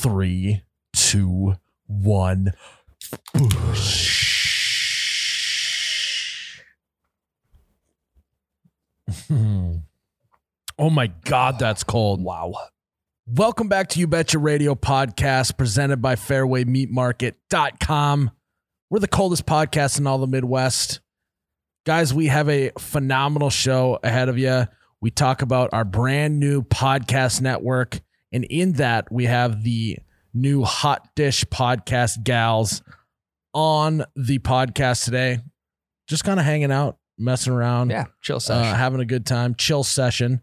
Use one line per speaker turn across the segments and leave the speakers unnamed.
three, two, one. Hmm. oh my God, that's cold. Wow. Welcome back to You Betcha Radio podcast presented by fairwaymeatmarket.com. We're the coldest podcast in all the Midwest. Guys, we have a phenomenal show ahead of you. We talk about our brand new podcast network. And in that, we have the new Hot Dish podcast gals on the podcast today. Just kind of hanging out, messing around,
Yeah, chill
uh,
sesh.
having a good time, chill session.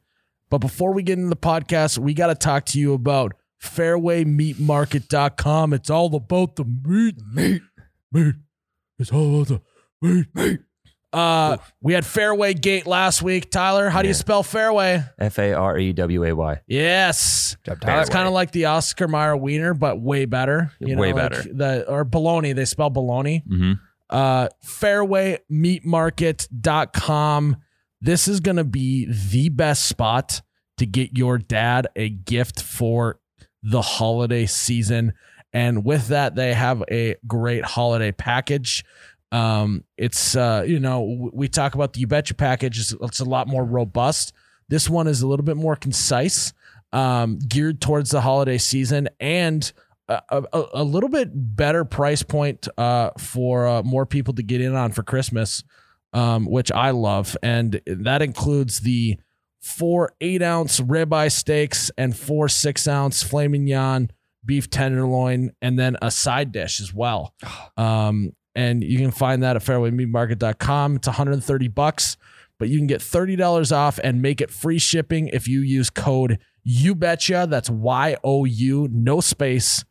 But before we get into the podcast, we got to talk to you about fairwaymeatmarket.com. It's all about the meat. Meat. Meat. It's all about the meat. Meat. Uh, we had Fairway Gate last week. Tyler, how do you
Yeah.
spell Fairway?
F A R E W A Y.
Yes.
Job,
Tyler.
It's kind of like the Oscar Mayer wiener, but way better.
Way
like
better.
The or bologna. They spell bologna.
Mm-hmm.
Uh, fairwaymeatmarket.com. This is going to be the best spot to get your dad a gift for the holiday season. And with that, they have a great holiday package. Um, it's, uh, you know, w- we talk about the You Betcha package, it's, it's a lot more robust. This one is a little bit more concise, um, geared towards the holiday season and a, a, a little bit better price point uh, for uh, more people to get in on for Christmas, um, which I love. And that includes the four eight ounce ribeye steaks and four six ounce filet mignon beef tenderloin, and then a side dish as well. Um, and you can find that at fairwaymeatmarket.com. It's 130 bucks, but you can get $30 off and make it free shipping if you use code you betcha. That's Y O U, no space,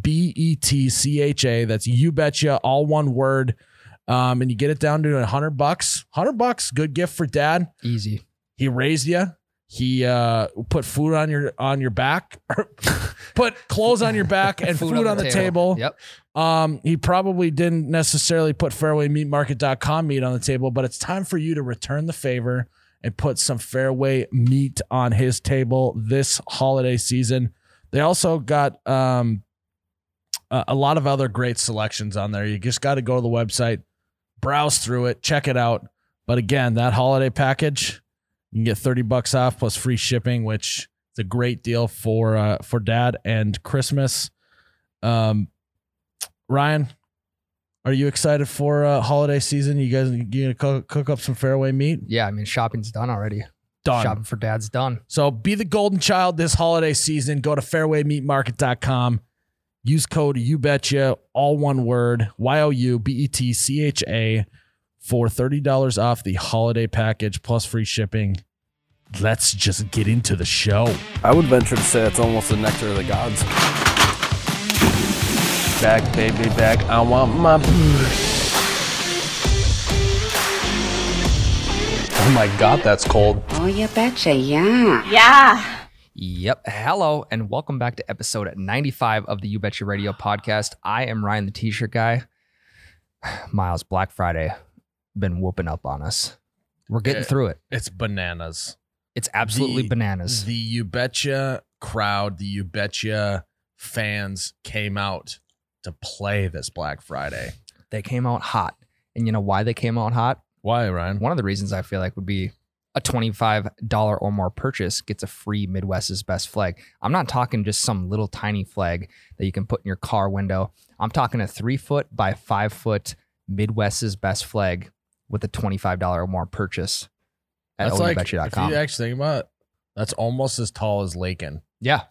B E T C H A. That's you betcha, all one word. Um, and you get it down to 100 bucks. 100 bucks, good gift for dad.
Easy.
He raised you. He uh, put food on your on your back, put clothes on your back, and food, on, the, table.
Yep.
Um, he probably didn't necessarily put fairwaymeatmarket.com meat on the table, but it's time for you to return the favor and put some fairway meat on his table this holiday season. They also got um, a, a lot of other great selections on there. You just got to go to the website, browse through it, check it out. But again, that holiday package, you can get 30 bucks off plus free shipping, which is a great deal for uh, for dad and Christmas. Um, Ryan, are you excited for uh, holiday season? You guys, you gonna cook, cook up some fairway meat?
Yeah, I mean shopping's done already.
Done.
Shopping for dad's done.
So be the golden child this holiday season. Go to fairwaymeatmarket.com. Use code you betcha, all one word, Y O U B E T C H A, for $30 off the holiday package plus free shipping. Let's just get into the show.
I would venture to say it's almost the nectar of the gods. Back, baby, back. I want my. Oh Oh my god, that's cold.
Oh, you betcha, yeah.
Yeah.
Yep. Hello and welcome back to episode 95 of the You Betcha Radio podcast. I am Ryan the T-shirt guy. Miles, Black Friday been whooping up on us. We're getting
Yeah.
through it.
It's bananas.
It's absolutely
The-
bananas.
The You Betcha crowd, the You Betcha fans came out to play this Black Friday.
they came out hot. And you know why they came out hot?
Why, Ryan?
One of the reasons I feel like would be a $25 or more purchase gets a free Midwest's best flag. I'm not talking just some little tiny flag that you can put in your car window. I'm talking a three foot by five foot Midwest's best flag with a $25 or more purchase at
That's like, if you
onlybetcha.com.
actually think about it, that's almost as tall as Lakin.
yeah.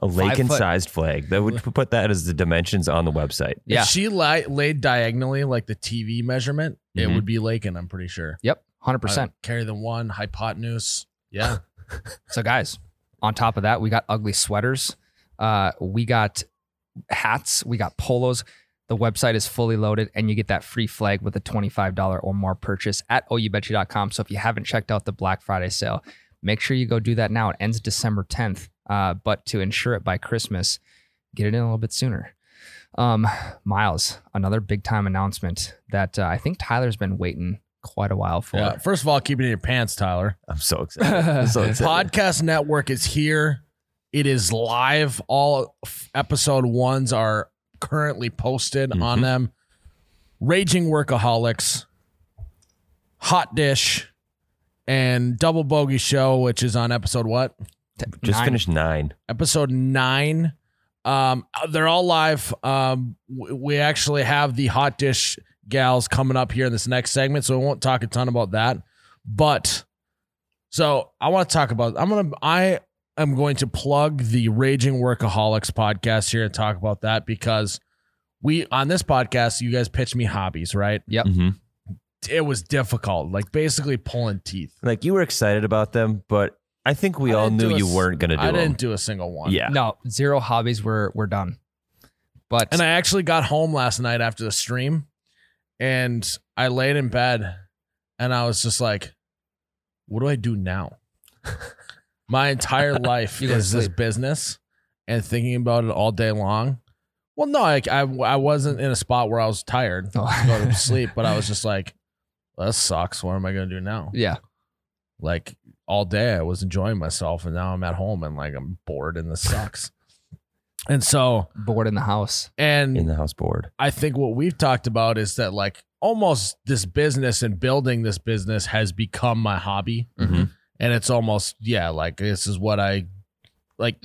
A Lakin-sized flag. They would put that as the dimensions on the website.
Yeah.
If she li- laid diagonally like the TV measurement, it
Mhm.
would be Lakin, I'm pretty sure.
Yep. 100%.
Uh, carry the one, hypotenuse. Yeah.
So, guys, on top of that, we got ugly sweaters. Uh, we got hats. We got polos. The website is fully loaded, and you get that free flag with a $25 or more purchase at oubetcha.com. So, if you haven't checked out the Black Friday sale, make sure you go do that now. It ends December 10th, uh, but to ensure it by Christmas, get it in a little bit sooner. Um, Miles, another big time announcement that uh, I think Tyler's been waiting quite a while for.
yeah. First of all, keep it in your pants, Tyler.
I'm so excited. I'm so excited.
Podcast Network is here. It is live. All f- episode ones are currently posted on them. Raging Workaholics, Hot Dish, and Double Bogey Show, which is on episode what?
Just
Nine.
finished nine.
episode nine. Um, they're all live. Um, w- we actually have the hot dish gals coming up here in this next segment, so we won't talk a ton about that. But so I want to talk about. I'm gonna. I am going to plug the Raging Workaholics podcast here and talk about that because we on this podcast you guys pitch me hobbies, right?
Mm-hmm.
It was difficult, like basically pulling teeth.
Like you were excited about them, but I think we
I
all
didn't do
knew
a
you
s-
weren't going to do
I
them.
didn't do a single one.
yeah.
No, zero hobbies. We're we're done. But
And I actually got home last night after the stream and I laid in bed and I was just like, what do I do now? My entire life
You go to
is this
sleep.
business and thinking about it all day long. Well, no, I, I, I wasn't in a spot where I was tired to
Oh.
go to sleep, but I was just like, well, that sucks. What am I going to do now?
yeah,
Like all day I was enjoying myself and now I'm at home and like I'm bored and this sucks. and so,
bored in the house.
and
In the house board.
I think what we've talked about is that like almost this business and building this business has become my hobby.
Mhm.
And it's almost, yeah, like this is what I like.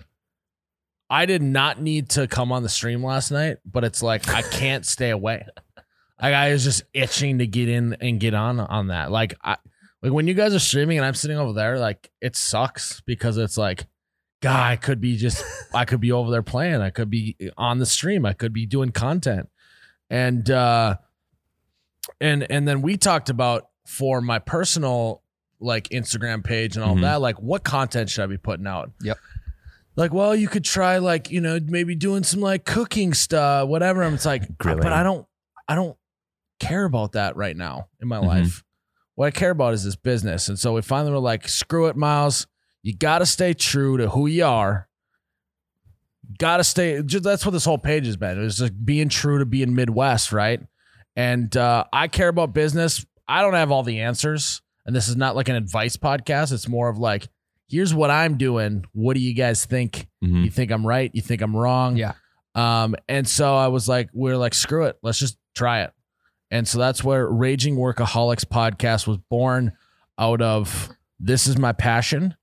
I did not need to come on the stream last night, but it's like I can't stay away. Like I was just itching to get in and get on on that. Like I like when you guys are streaming and I'm sitting over there, like it sucks because it's like, God, I could be just I could be over there playing. I could be on the stream. I could be doing content. And uh and and then we talked about for my personal like Instagram page and all
Mhm.
that, like what content should I be putting out?
Yep.
Like, well, you could try like, you know, maybe doing some like cooking stuff, whatever. And it's like
Grilling.
but I don't I don't care about that right now in my
Mhm.
life. What I care about is this business. And so we finally were like, screw it, Miles. You got to stay true to who you are. Got to stay. Just, that's what this whole page has been. It was just being true to being Midwest, right? And uh, I care about business. I don't have all the answers. And this is not like an advice podcast. It's more of like, here's what I'm doing. What do you guys think?
Mhm.
You think I'm right? You think I'm wrong?
Yeah.
Um, and so I was like, we are like, screw it, let's just try it. And so that's where Raging Workaholics podcast was born out of this is my passion.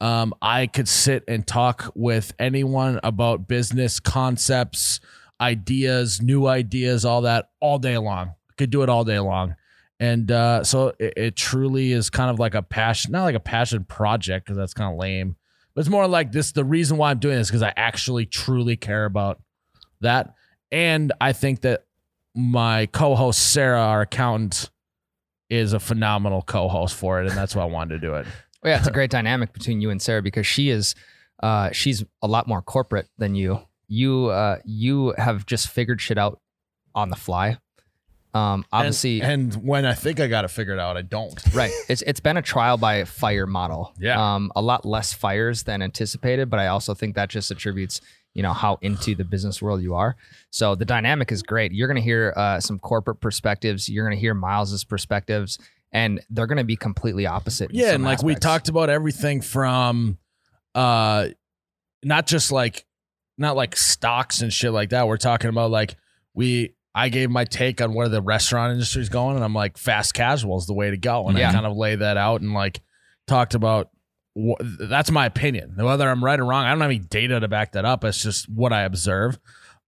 Um, I could sit and talk with anyone about business concepts, ideas, new ideas, all that all day long. Could do it all day long. And uh, so it, it truly is kind of like a passion, not like a passion project because that's kind of lame. But it's more like this the reason why I'm doing this because I actually truly care about that. And I think that my co host, Sarah, our accountant, is a phenomenal co host for it. And that's why I wanted to do it.
Well, yeah, it's a great dynamic between you and Sarah because she is, uh, she's a lot more corporate than you. You, uh, you have just figured shit out on the fly. Um, obviously,
And, and when I think I got it figured out, I don't.
right? It's it's been a trial by fire model.
Yeah.
Um, a lot less fires than anticipated, but I also think that just attributes you know how into the business world you are. So the dynamic is great. You're gonna hear uh, some corporate perspectives. You're gonna hear Miles's perspectives, and they're gonna be completely opposite. in
Yeah,
some
and like we
aspects.
talked about everything from uh not just like not like stocks and shit like that. We're talking about like we I gave my take on where the restaurant industry is going and I'm like fast casual is the way to go and I
Yeah.
kind of lay that out and like talked about wh- that's my opinion. Whether I'm right or wrong, I don't have any data to back that up. It's just what I observe.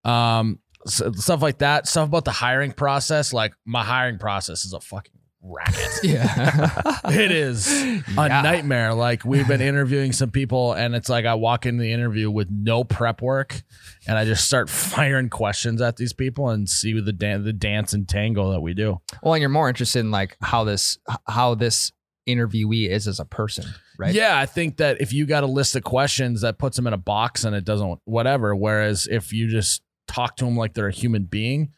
Um s- stuff like that, stuff about the hiring process, like my hiring process is a fucking racket
Yeah.
it is a
Yeah.
nightmare. Like we've been interviewing some people, and it's like I walk into the interview with no prep work, and I just start firing questions at these people and see the dan- the dance and tango that we do.
Well, and you're more interested in like how this h- how this interviewee is as a person, right?
Yeah, I think that if you got a list of questions that puts them in a box and it doesn't whatever, whereas if you just talk to them like they're a human being.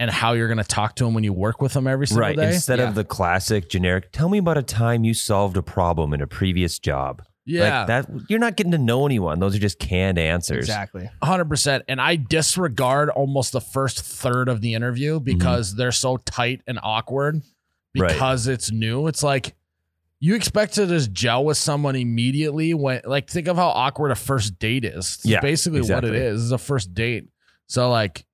And how you're going to talk to them when you work with them every single
Right.
day?
Instead
Yeah.
of the classic generic, tell me about a time you solved a problem in a previous job.
Yeah,
Like that you're not getting to know anyone. Those are just canned answers.
exactly.
Hundred percent, and I disregard almost the first third of the interview because they're so tight and awkward
Right.
because it's new. It's like You expect to just gel with someone immediately when like think of how awkward a first date is. It's
Yeah,
basically what
exactly.
it is. It's a first date. So like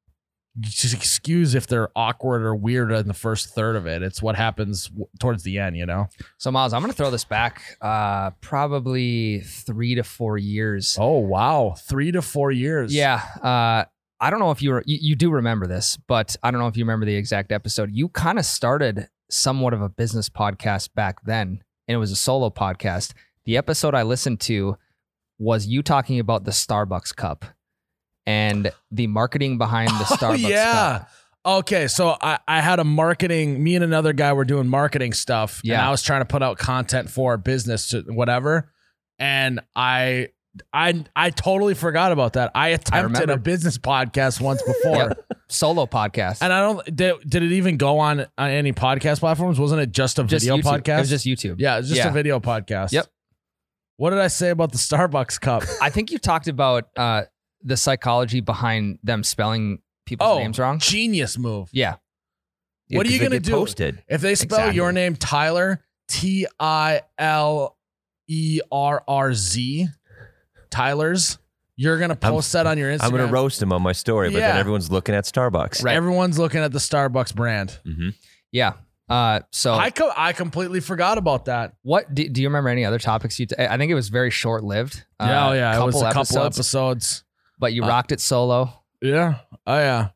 just excuse if they're awkward or weird in the first third of it. It's what happens w- towards the end, you know.
So Miles, I'm gonna throw this back uh probably three to four years.
Oh wow, 3 to 4 years.
Yeah. Uh I don't know if you were you, you do remember this, but I don't know if you remember the exact episode. You kind of started somewhat of a business podcast back then, and it was a solo podcast. The episode I listened to was you talking about the Starbucks cup and the marketing behind the Starbucks
Oh,
cup.
yeah. Okay, so I, I had a marketing. Me and another guy were doing marketing stuff, and
Yeah.
I was trying to put out content for our business, to whatever. And I, I, I totally forgot about that. I attempted a
remember.
business podcast once before,
Yep. Solo podcast.
and I don't. Did, did it even go on on any podcast platforms? Wasn't it just a
just
video
YouTube.
podcast?
It was just YouTube.
yeah, it was just
Yeah.
a video podcast.
Yep.
What did I say about the Starbucks cup?
I think you talked about uh, the psychology behind them spelling people's
Oh.
names wrong.
Genius move.
Yeah.
Yeah,
What are
'cause
you
they
gonna
get
do?
Posted.
If they spell
Exactly.
your name Tyler, T I L E R R Z, Tyler's, you're going to
I'm-
post that on your Instagram.
I'm gonna roast him on my story, but then
Yeah.
everyone's looking at Starbucks.
Right.
Everyone's looking at the Starbucks brand.
Mm-hmm.
Yeah. Uh, so
I, co- I completely forgot about that.
what do, do you remember any other topics you? T- I think it was very short lived.
yeah, oh, yeah. It was a couple episodes.
but you
Uh,
rocked it solo.
Yeah. Oh, yeah.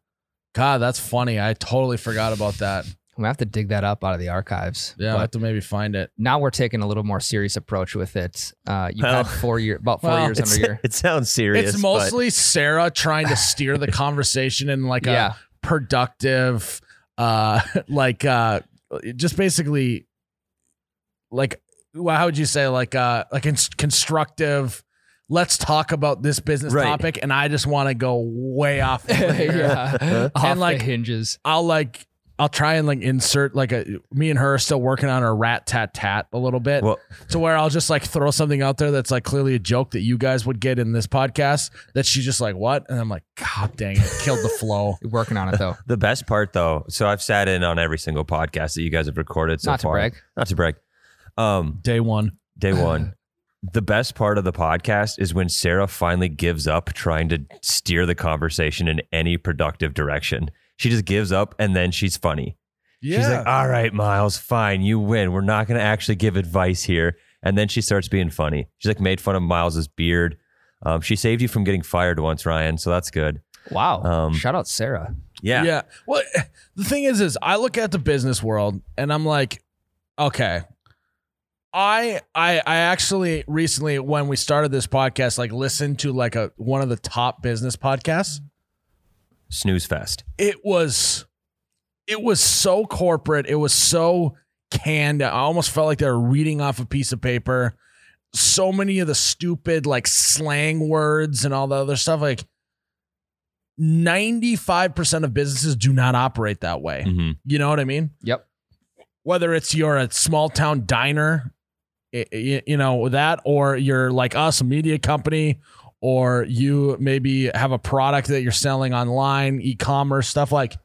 God, that's funny. I totally forgot about that.
We have to dig that up out of the archives.
Yeah, I
But
have to maybe find it.
now we're taking a little more serious approach with it. Uh, you've
Well-
had four year, about four
Well,
years under
It's,
your.
it sounds serious.
It's mostly Sarah trying to steer the conversation in like a
yeah.
productive uh like uh just basically like well, how would you say like uh like ins- constructive let's talk about this business
Right.
topic and i just want to go way off over here.
yeah. Off
And,
and
like,
like hinges.
i'll like i'll try and like insert like a me and her are still working on our rat tat tat a little bit
but, well,
to where i'll just like throw something out there that's like clearly a joke that you guys would get in this podcast that she's just like what and i'm like god dang it killed the flow
You're working on it though.
the best part though. So I've sat in on every single podcast that you guys have recorded so
Not to
far.
brag.
Not to brag. Um,
day one
day one. The best part of the podcast is when Sarah finally gives up trying to steer the conversation in any productive direction. She just gives up and then she's funny.
yeah
She's like, all right, Miles, fine, you win. We're not going to actually give advice here. And then she starts being funny. She's like, made fun of Miles's beard. Um, she saved you from getting fired once, Ryan. So that's good.
Wow.
Um,
Shout out Sarah.
Yeah.
Yeah. Well, the thing is, is I look at the business world and I'm like, okay, I, I, I actually recently when we started this podcast, like listened to like a one of the top business podcasts.
Snooze fest.
It was, it was so corporate. It was so canned. I almost felt like they were reading off a piece of paper. So many of the stupid like slang words and all the other stuff. Like. 95% of businesses do not operate that way.
hmm
You know what I mean?
Yep.
Whether it's you're a small town diner, i- i- you know, that, or you're like us, a media company, or you maybe have a product that you're selling online, e commerce, stuff like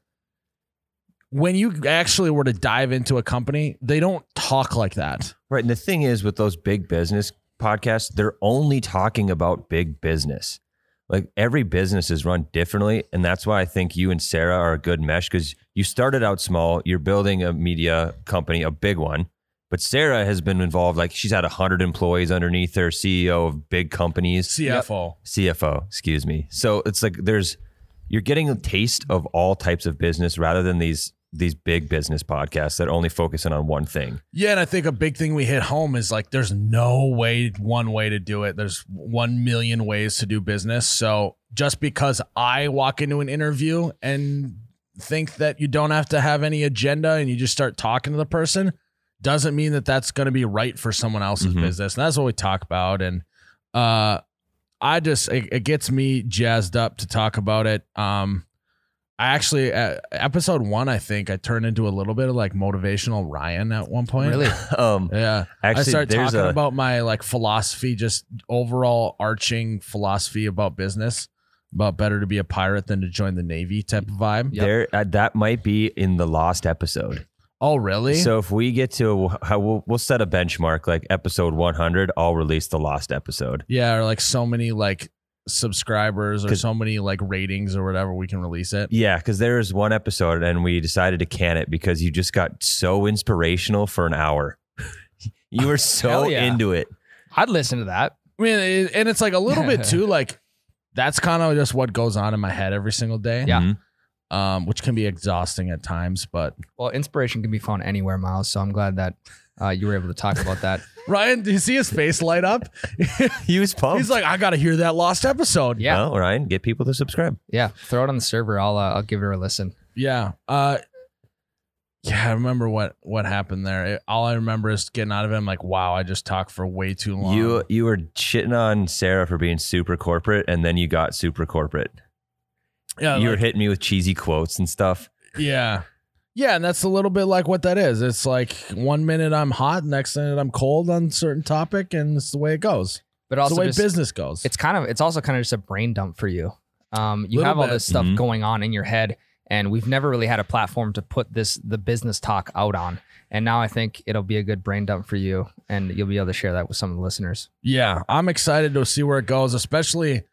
when you actually were to dive into a company, they don't talk like that.
Right. And the thing is with those big business podcasts, they're only talking about big business. Like every business is run differently. And that's why I think you and Sarah are a good mesh because you started out small. You're building a media company, a big one. But Sarah has been involved. Like she's had 100 employees underneath her, CEO of big companies,
E CFO.
CFO, excuse me. So it's like there's, you're getting a taste of all types of business rather than these these big business podcasts that only focus in on one thing.
Yeah, and I think a big thing we hit home is like there's no way one way to do it. There's 1 million ways to do business. So just because I walk into an interview and think that you don't have to have any agenda and you just start talking to the person doesn't mean that that's going to be right for someone else's
Mhm.
business. And that's what we talk about and uh I just it, it gets me jazzed up to talk about it. Um I actually uh, episode 1 I think I turned into a little bit of like motivational Ryan at one point.
Really?
Um,
Yeah. I
Actually,
start
there's
talking
a,
about my like philosophy, just overall arching philosophy about business, about better to be a pirate than to join the Navy type of vibe.
Yep.
there uh, that might be in the lost episode.
Oh, really?
So if we get to, how we'll, we'll set a benchmark like episode 100, I'll release the lost episode.
yeah, or like so many like subscribers or
'Cause-
so many like ratings or whatever, we can release it.
Yeah, because there is one episode and we decided to can it because you just got so inspirational for an hour. you were so
Hell yeah.
into it.
I'd listen to that.
I mean, it, and it's like a little bit too like that's kind of just what goes on in my head every single day.
Yeah.
Mhm.
Um, which can be exhausting at times, but
Well, inspiration can be found anywhere, Miles. So I'm glad that uh, you were able to talk about that.
Ryan, do you see his face light up?
He was pumped.
He's like, I gotta hear that lost episode.
Yeah.
Well, Ryan, get people to subscribe.
yeah, throw it on the server. I'll uh, I'll give her a listen.
Yeah. Uh yeah, I remember what what happened there. It- all I remember is getting out of him like, wow, I just talked for way too long.
You you were shitting on Sarah for being super corporate, and then you got super corporate.
yeah,
you were
like-
hitting me with cheesy quotes and stuff.
yeah. Yeah, and that's a little bit like what that is. It's like one minute I'm hot, next minute I'm cold on a certain topic, and it's the way it goes.
But
It's
also,
the way
just-
business goes.
it's kind of it's also kind of just a brain dump for you. Um, you
Little
have all
bit.
this stuff
Mhm.
going on in your head, and we've never really had a platform to put this the business talk out on. And now I think it'll be a good brain dump for you, and you'll be able to share that with some of the listeners.
Yeah, I'm excited to see where it goes, especially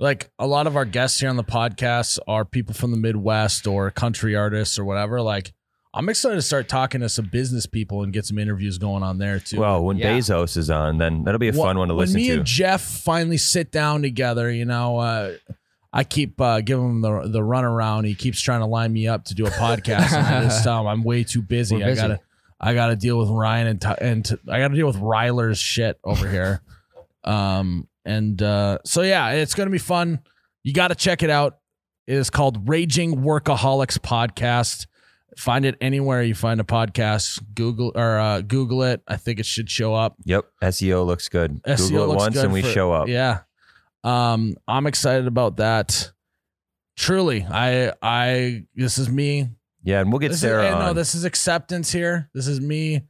like a lot of our guests here on the podcast are people from the Midwest or country artists or whatever. Like, I'm excited to start talking to some business people and get some interviews going on there too.
Well, when
Yeah.
Bezos is on, then that'll be a
Wha-
fun one to listen
When me
to.
and Jeff finally sit down together, you know, uh, I keep uh, giving him the the runaround. He keeps trying to line me up to do a podcast. and I just tell him I'm way too busy. I
We're busy.
gotta I gotta deal with Ryan and t- and t- I gotta deal with Ryler's shit over here. um and uh, so yeah, it's gonna be fun. You gotta check it out. It is called Raging Workaholics Podcast. Find it anywhere you find a podcast. Google or uh, Google it. I think it should show up.
yep, SEO looks good.
SEO
Google it
E looks
once
good
and we
for-
show up.
Yeah. Um, I'm excited about that. Truly, I I this is me.
Yeah, and we'll get
This is,
Sarah
and
on.
no, this is acceptance here. This is me.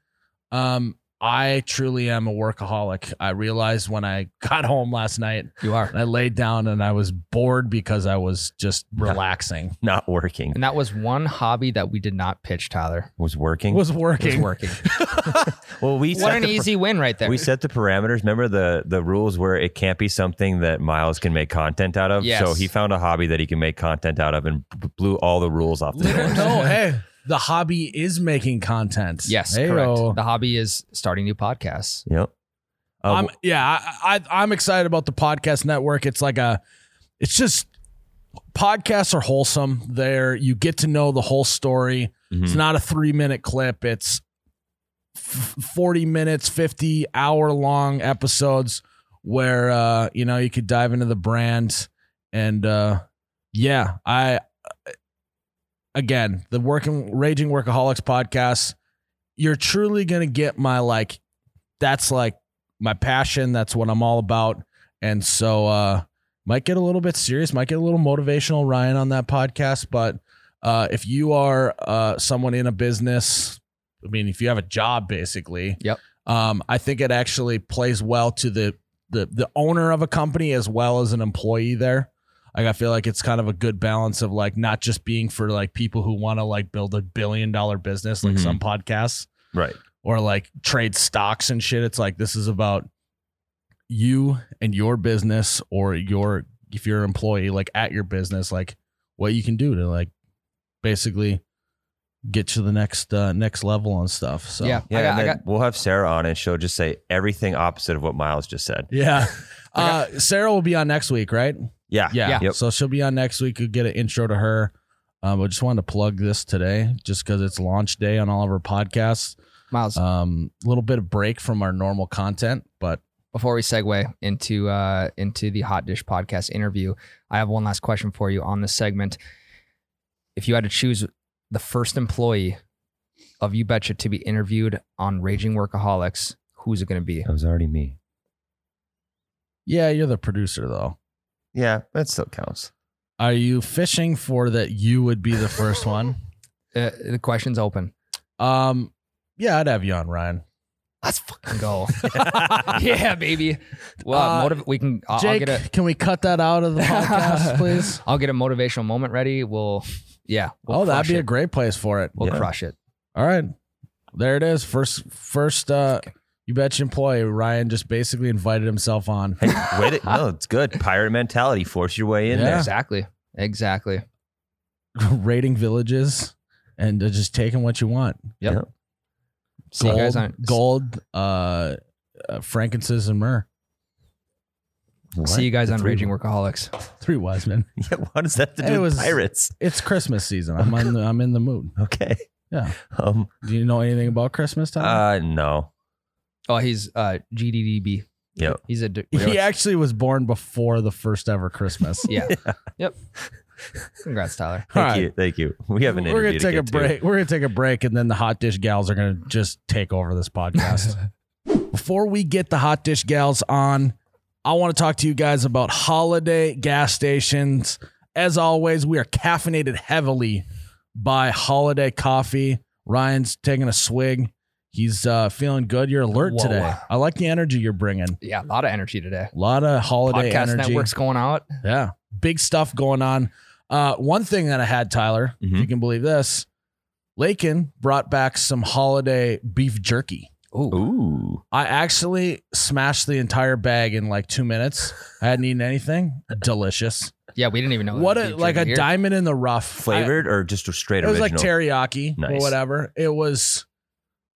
Um, I truly am a workaholic. I realized when I got home last night
You are,
and I laid down and I was bored because I was just relaxing.
Not working.
and that was one hobby that we did not pitch, Tyler.
Was working.
Was
It's
working.
working.
well, we
what
set,
an
the,
easy win right there.
we set the parameters. Remember the the rules where it can't be something that Miles can make content out of.
Yes.
So he found a hobby that he can make content out of and b- blew all the rules off the door.
no, hey, the hobby is making content.
yes,
Heyo.
correct. The hobby is starting new podcasts.
Yep. Uh,
I'm yeah, I, I I'm excited about the podcast network. It's like a it's just podcasts are wholesome. There you get to know the whole story. It's
mhm.
not a 3-minute clip. It's f- 40 minutes, 50 hour long episodes where uh you know you could dive into the brand and uh yeah, I again, the working raging workaholics podcast, you're truly going to get my like that's like my passion. That's what I'm all about. And so, uh, might get a little bit serious, might get a little motivational, Ryan, on that podcast. But uh, if you are uh, someone in a business, I mean, if you have a job, basically,
Yep.
Um, I think it actually plays well to the the the owner of a company as well as an employee there. Like I feel like it's kind of a good balance of like not just being for like people who want to like build a billion dollar business like
Mhm.
some podcasts
right.
or like trade stocks and shit. It's like this is about you and your business or your if you're an employee like at your business like what you can do to like basically get to the next uh next level and stuff. So
yeah,
Yeah,
I, got,
and
I
then
got
we'll have Sarah on, and she'll just say everything opposite of what Miles just said.
Yeah. Uh Sarah will be on next week, right?
Yeah,
Yeah.
Yep.
So she'll be on next week. You'll get an intro to her. Um, I just wanted to plug this today just because it's launch day on all of our podcasts.
Miles.
Um, a little bit of break from our normal content, but
before we segue into uh, into the hot dish podcast interview, I have one last question for you on this segment. If you had to choose the first employee of You Betcha to be interviewed on Raging Workaholics, who's it going to be?
That was already me.
yeah, you're the producer though.
Yeah, that still counts.
Are you fishing for that you would be the first one?
Uh, the question's open.
Um yeah, I'd have you on, Ryan.
Let's fucking go. yeah, baby. Well,
Uh,
motiv- we can. I'll, I'll
Jake,
get a.
can we cut that out of the podcast, please?
I'll get a motivational moment ready. We'll. Yeah. We'll
oh, that'd
crush
be
it.
a great place for it.
We'll
Yeah.
crush it.
All right. There it is. First first uh you bet your employee, Ryan just basically invited himself on.
Hey, wait, it- no, it's good. Pirate mentality. Force your way in
Yeah.
there.
Exactly. Exactly.
raiding villages and uh, just taking what you want.
Yep.
Yeah.
See you guys on
gold, uh, uh frankincense and myrrh.
See you guys
The
on
three-
Raging Workaholics.
Three wise men.
Yeah, what does that have to
It
do with
was-
pirates?
It's Christmas season. I'm on the, I'm in the mood.
Okay.
Yeah.
Um.
Do you know anything about Christmas time?
Uh. No.
Oh, he's uh, GDDB.
Yeah.
He's a d-
he actually was born before the first ever Christmas.
yeah. Yep. Congrats, Tyler.
All
Thank
right.
you. Thank you. We have an
We're
interview
gonna take
to
a
get to.
break. We're gonna take a break, and then the hot dish gals are gonna just take over this podcast. Before we get the hot dish gals on, I want to talk to you guys about holiday gas stations. As always, we are caffeinated heavily by holiday coffee. Ryan's taking a swig. He's uh, feeling good. You're alert
Whoa.
today. I like the energy you're bringing.
Yeah, a lot of energy today.
A lot of holiday
Podcast
energy.
networks going out.
Yeah. Big stuff going on. Uh, one thing that I had, Tyler, if you
Mhm.
can believe this, Lakin brought back some holiday beef jerky.
Ooh.
Ooh.
I actually smashed the entire bag in like two minutes. I hadn't eaten anything. Delicious.
Yeah, we didn't even know.
What
there was
a
beef
like a
jerky here.
diamond in the rough I-
Flavored or just a straight
it was like
original?
teriyaki or
Nice.
whatever. It was.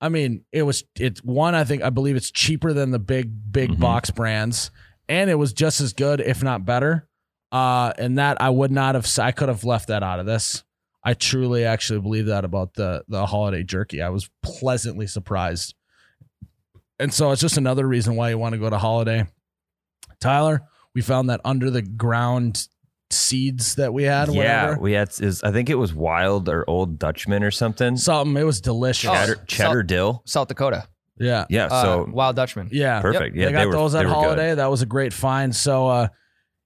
I mean, it was. It's one. I think I believe it's cheaper than the big big
Mhm.
box brands, and it was just as good, if not better. Uh, and that I would not have. I could have left that out of this. I truly actually believe that about the the holiday jerky. I was pleasantly surprised, and so it's just another reason why you want to go to holiday. Tyler, we found that under the ground seeds that we had,
yeah,
whatever,
we had. Is I think it was wild or old Dutchman or something.
something. It was delicious.
cheddar,
Oh,
cheddar
salt.
dill.
South Dakota.
Yeah.
Yeah.
Uh,
So
Wild Dutchman.
Yeah.
perfect. Yeah,
they got
were,
those
they
at
were
holiday. That was a great find. So uh,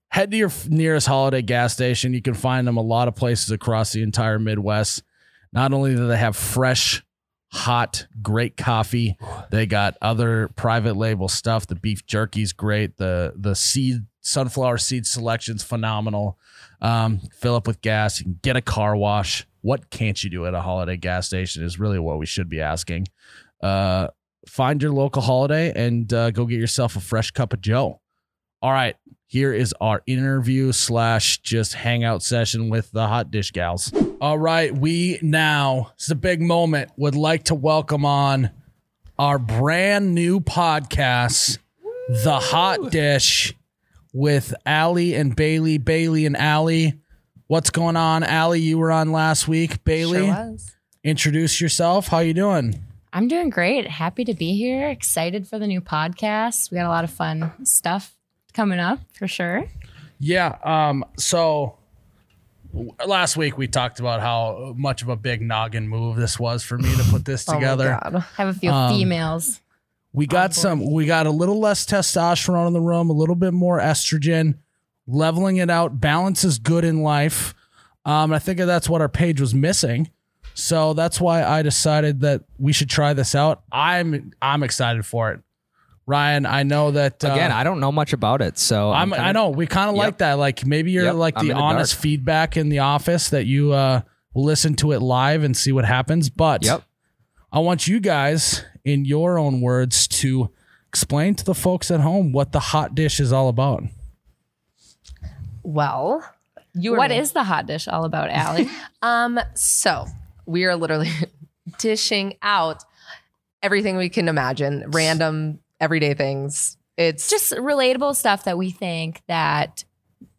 head to your f- nearest holiday gas station. You can find them a lot of places across the entire Midwest. Not only do they have fresh, hot, great coffee, they got other private label stuff. The beef jerky's great. The the seed sunflower seed selection's phenomenal. Um, fill up with gas. You can get a car wash. What can't you do at a holiday gas station is really what we should be asking. Uh, find your local holiday and uh, go get yourself a fresh cup of joe all right here is our interview slash just hangout session with the hot dish gals all right we now it's a big moment would like to welcome on our brand new podcast the hot dish with Allie and Bailey, Bailey and Allie. What's going on, Allie? You were on last week. Bailey,
Sure was.
introduce yourself. How you doing?
I'm doing great. Happy to be here. Excited for the new podcast. We got a lot of fun stuff coming up for sure.
Yeah. Um. So w- last week we talked about how much of a big noggin move this was for me to put this
Oh
together.
Have a few
Um,
females.
we got some. We got a little less testosterone in the room, a little bit more estrogen. Leveling it out. Balance is good in life. Um. I think that's what our page was missing. So that's why I decided that we should try this out. I'm I'm excited for it. Ryan, I know that uh,
Again, I don't know much about it, so
I'm,
Oh, kinda-
I know we kind of
Yep.
like that. Like maybe you're
Yep,
like
I'm
the
in the
honest
dark.
feedback in the office that you uh, will listen to it live and see what happens. But
Yep.
I want you guys, in your own words, to explain to the folks at home what the hot dish is all about.
Well,
You
or
what
me?
is the hot dish all about, Allie?
um, so we are literally dishing out everything we can imagine, random everyday things. It's
Just relatable stuff that we think that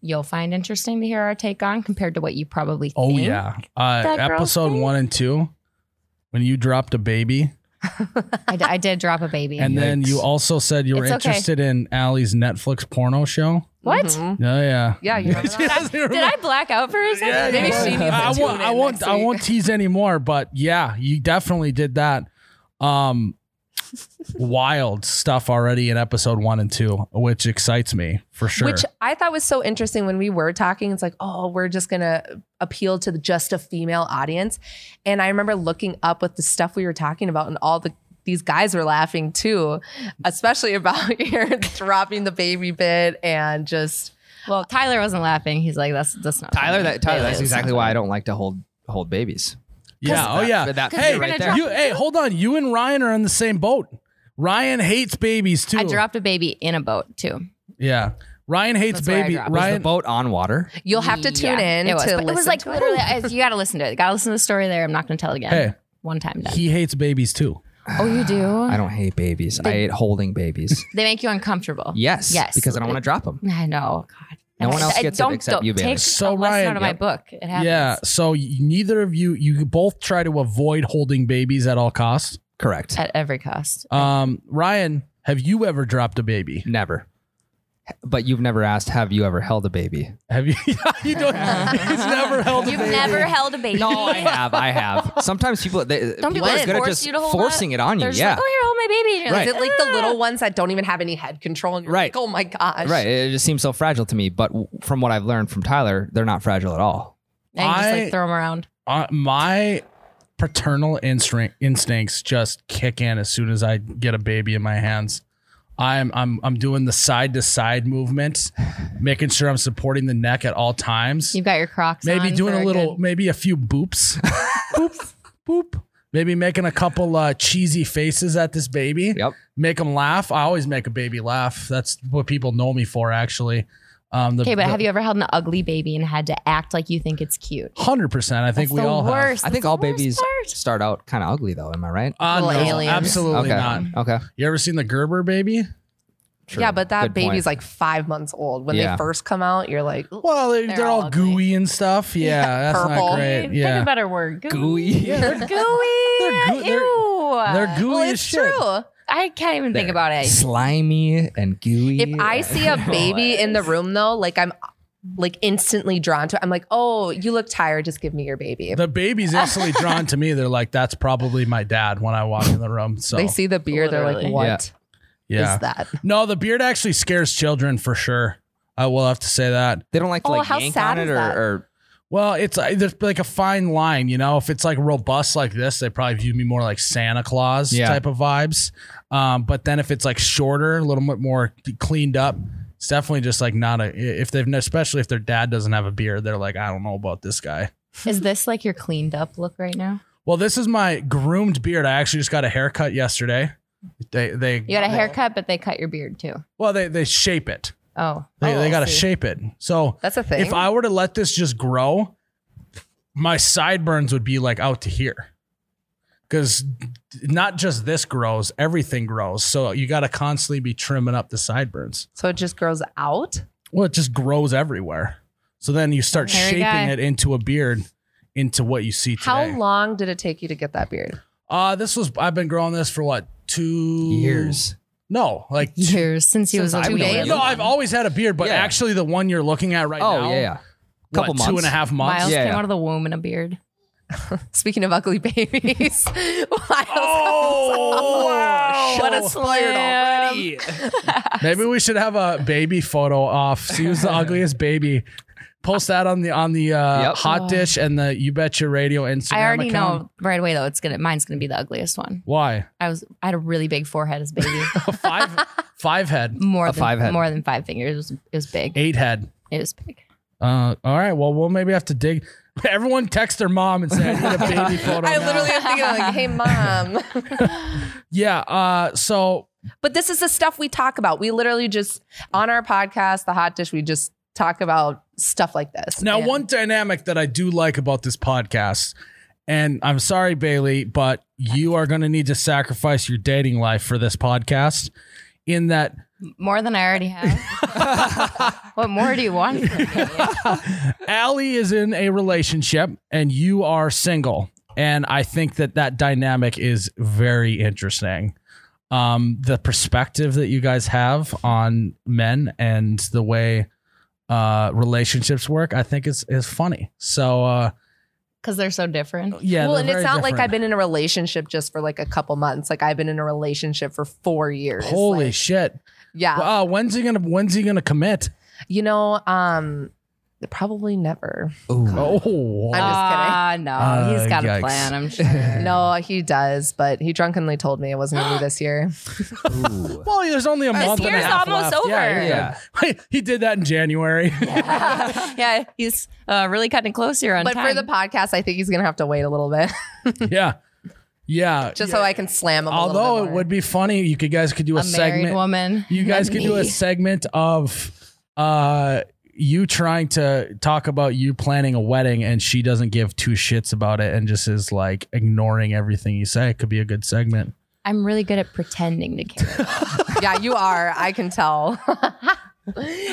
you'll find interesting to hear our take on compared to what you probably
Oh
think.
yeah, uh,
That girl's
episode
thing?
one and two, when you dropped a baby,
I, d- I did drop a baby.
and then you also said you were
It's okay.
interested in Allie's Netflix porno show.
what?
Mhm.
Oh yeah,
Yeah, you remember that?
Did I black out for a second?
Yeah,
Maybe
you
she
did.
needs to
I
tune
won't.
in
I won't.
next
I
week.
won't tease anymore. But yeah, you definitely did that. Um, wild stuff already in episode one and two, which excites me for sure.
Which I thought was so interesting when we were talking. It's like, oh, we're just gonna appeal to the, just a female audience. And I remember looking up with the stuff we were talking about, and all the these guys were laughing too, especially about your dropping the baby bit and just
Well, Tyler wasn't laughing. He's like, that's that's not
Tyler.
funny.
That Tyler.
Bailey
That's
was
exactly
not
why I
funny.
don't like to hold hold babies.
Yeah. Oh yeah.
That
Because
hey,
you're gonna
right there.
drop-
you, hey, hold on. You and Ryan are on the same boat. Ryan hates babies too.
I dropped a baby in a boat too.
Yeah. Ryan hates
That's where I
baby.
dropped.
was the
Ryan.
boat on water?
You'll have to tune
Mm, Yeah,
in
it was.
to
But
listen
it was like
to it.
literally, I- you got to listen to it. Got to listen to the story there. I'm not going to tell it again.
Hey.
One time done.
He hates babies too.
oh, you do?
I don't hate babies. I hate holding babies.
They make you uncomfortable.
yes.
Yes.
Because I don't want to drop them.
I know. God.
No one
I-
else
I
gets it
don't-
except
don't-
you, Bailey.
Take
So,
a lesson
Ryan-
out of my
Yep.
book. It happens.
Yeah. So y- neither of you, you both try to avoid holding babies at all costs.
Correct.
At every cost.
Um, Ryan, have you ever dropped a baby?
Never. But you've never asked, have you ever held a baby?
Have you? you don't. He's never held a
You've
baby.
never held a baby.
No, I have. I have. Sometimes people they,
Don't
people
people
are good at
force
just
you to hold
forcing it on you.
They're just
yeah.
like, oh, here, hold my baby. And you're
Right.
like,
Is it like the little ones that don't even have any head control? And you're
Right.
Like, oh my gosh.
Right. It just seems so fragile to me. But w- from what I've learned from Tyler, they're not fragile at all.
and you just
I-
like throw them around.
Uh, my paternal instinct instincts just kick in as soon as I get a baby in my hands. I'm I'm I'm doing the side to side movements, making sure I'm supporting the neck at all times.
You've got your Crocs.
maybe
on
doing
for
a little,
good-
maybe a few boops, boop, boop. Maybe making a couple uh, cheesy faces at this baby.
Yep.
Make them laugh. I always make a baby laugh. That's what people know me for, actually. Um, the,
okay, but
the-
have you ever held an ugly baby and had to act like you think it's cute?
100%. I think
That's
we
the
all
worst.
I
That's
think
the
all
worst
babies
part.
start out kind of ugly, though. Am I right?
have. Uh,
Little
no,
aliens.
absolutely
okay.
not.
Okay.
You ever seen the Gerber baby?
True.
Yeah, but that
Good
baby's
point.
like five months old. When
Yeah.
they first come out, you're like, "Ooh,
Well, they're, they're,
They're
all,
all ugly.
gooey and stuff. Yeah, that's
purple.
not great.
Think
Yeah.
a better word. Gooey.
gooey.
They're gooey.
They're goo- they're-
Ew.
they're gooey
well,
as
it's
shit.
true.
I can't even think
They're
about it.
Slimy and gooey.
If I see a baby in the room though, like I'm like instantly drawn to it. I'm like, oh, you look tired. Just give me your baby.
The baby's instantly drawn to me. They're like, that's probably my dad when I walk in the room. So,
they see the beer. They're like,
Literally.
what
Yeah.
is
yeah.
that?
No, the beard actually scares children for sure. I will have to say that.
they don't like to
Oh,
like
how
yank
sad
on it
is
or,
that?
or
Well, it's uh, there's like a fine line, you know. If it's like robust like this, they probably view me more like Santa Claus
Yeah.
type of vibes. Um, but then if it's like shorter, a little bit more cleaned up, it's definitely just like not a. If they've especially if their dad doesn't have a beard, they're like, I don't know about this guy.
Is this like your cleaned up look right now?
Well, this is my groomed beard. I actually just got a haircut yesterday. They they
You got a haircut, but they cut your beard too.
well they they shape it.
Oh,
They
Oh,
they
I
got to
see.
shape it. So
That's a thing.
if I were to let this just grow, my sideburns would be like out to here. Because not just this grows, everything grows. So you got to constantly be trimming up the sideburns.
so it just grows out.
Well, it just grows everywhere. So then you start
Hairy
shaping
guy.
it into a beard, into what you see today.
How long did it take you to get that beard?
Uh, this was, I've been growing this for what, two
years.
No, like two-
years since he
Since
was a
I've
little
known
baby.
him.
No, I've always had a beard, but
Yeah.
actually the one you're looking at right
oh
now.
yeah, yeah.
what,
Couple
Two
months.
and a half months.
Miles
Yeah,
came
yeah.
out of the womb in a beard.
Speaking of ugly babies, Miles
Oh, wow.
What a
Slam.
Maybe we should have a baby photo off. See who's the ugliest baby. Post that on the on the uh,
Yep.
hot dish and the You Bet Your Radio Instagram.
I already
account.
know right away though. It's gonna mine's gonna be the ugliest one.
why
I was I had a really big forehead as a baby.
a five five head,
More
A
than
five head.
more than five fingers. It was, it was big.
eight head.
It was big.
Uh, all right. Well, we'll maybe have to dig. Everyone text their mom and say I need a baby photo.
I
now."
literally am thinking like, hey mom.
yeah. Uh, so
But this is the stuff we talk about. We literally just on our podcast, The Hot Dish, we just talk about stuff like this.
now
And
one dynamic that I do like about this podcast, and I'm sorry Bailey, but you are going to need to sacrifice your dating life for this podcast. In that
More than I already have. what more do you want? From me?
Allie is in a relationship and you are single. And I think that that dynamic is very interesting. Um, the perspective that you guys have on men and the way uh, relationships work, I think is is funny. So uh,
Because they're so different.
yeah,
well,
they're
and it's
very
not like
different.
I've been in a relationship just for like a couple months. Like I've been in a relationship for four years.
Holy
Like,
shit!
yeah.
Wow, when's he gonna when's he gonna commit?
you know, um, Probably never.
Oh,
I'm just kidding.
Ah, no,
Uh,
he's got
yikes.
a plan. I'm sure.
No, he does, but he drunkenly told me it wasn't gonna be this year.
Ooh.
well, there's only a
This
month and a
year's
half
almost
left.
over.
Yeah, yeah. he did that in January.
yeah, he's uh, really cutting close here on
But
time.
for the podcast, I think he's gonna have to wait a little bit,
yeah, yeah.
just
yeah.
so I can slam him.
Although
a little
it would be funny, you could guys could do a,
a married
segment.
woman.
You guys
and
could do a
me.
segment of uh you trying to talk about you planning a wedding and she doesn't give two shits about it and just is like ignoring everything you say. It could be a good segment.
I'm really good at pretending to care.
be. yeah, you are. I can tell.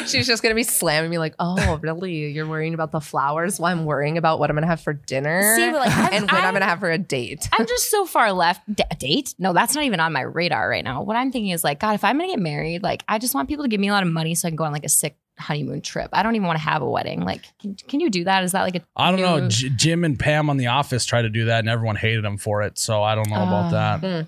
She's just gonna be slamming me like, "Oh, really? You're worrying about the flowers while I'm worrying about what I'm gonna have for dinner
See, but, like, I'm-
and when I'm,
I'm-
gonna have for a date."
I'm just so far left. D- date? No, that's not even on my radar right now. What I'm thinking is like, God, if I'm gonna get married, like, I just want people to give me a lot of money so I can go on like a sick honeymoon trip. I don't even want to have a wedding. Like, can, can you do that? Is that like a
I don't know.
Dude.
J- Jim and Pam on The Office tried to do that and everyone hated them for it. So I don't know
Oh.
about
Ah.
that.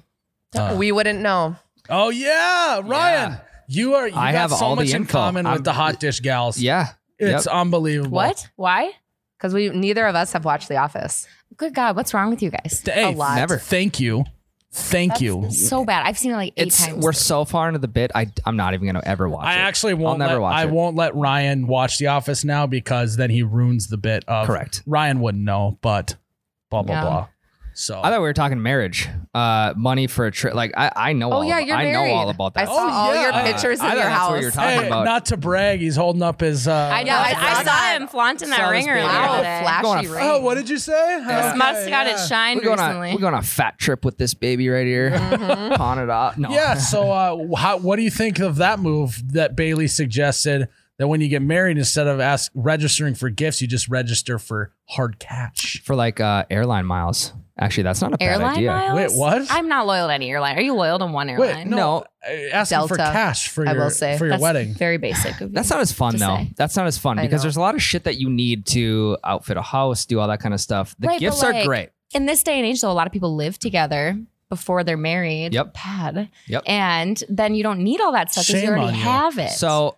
Uh,
we wouldn't know.
oh yeah, Ryan,
Yeah.
you are. You
I
got
have
so
all the
much in
info.
common
I'm-
with the hot dish gals.
Yeah.
it's unbelievable.
Uh, what? Why?
Because we neither of us have watched The Office.
Good God, what's wrong with you guys?
Hey,
A lot.
Never.
Thank you, thank
That's
you.
So bad. I've seen it like eight
It's
times.
we're so far into the bit. I I'm not even gonna ever watch
I
it.
actually won't.
never
let,
watch
I
it.
won't let Ryan watch The Office now because then he ruins the bit of
Correct.
Ryan wouldn't know, but blah blah
Yeah.
blah. So
I thought we were talking marriage, uh, money for a trip. Like I, I know.
Oh
all
yeah,
ab-
you're
I
married.
know all about that.
I saw
Oh,
all
yeah.
your
Uh,
pictures
I thought
in your
that's what
house.
you were talking
hey,
about.
not to brag, he's holding up his. Uh,
I know.
Yeah,
I,
I
I
saw
saw
that.
him flaunting that
Saw this
ring earlier.
big-
the
Wow,
other day.
flashy
Going
ring.
Oh, what did you say?
Yeah.
Okay,
Must have got it shined
we're going
recently.
on we're going on a fat trip with this baby right here.
Mm-hmm.
Pawn it off. No.
Yeah. So, uh, how, what do you think of that move that Bailey suggested? That when you get married, instead of ask registering for gifts, you just register for hard cash.
For like uh, airline miles. Actually, that's not a bad
airline
idea.
miles?
Wait, what?
I'm not loyal to any airline. Are you loyal to one airline?
Wait, no,
No.
ask them for
Delta,
cash for
I
your
will say.
for your
That's
wedding.
Very basic. Of you.
That's not as fun
to
though.
say.
That's not as fun
I
because
know.
there's a lot of shit that you need to outfit a house, do all that kind of stuff. The
Right, but,
gifts
like,
are great.
in this day and age, though, a lot of people live together before they're married.
Yep.
Bad.
Yep.
And then you don't need all that stuff because you
Shame on
already
you.
have it.
So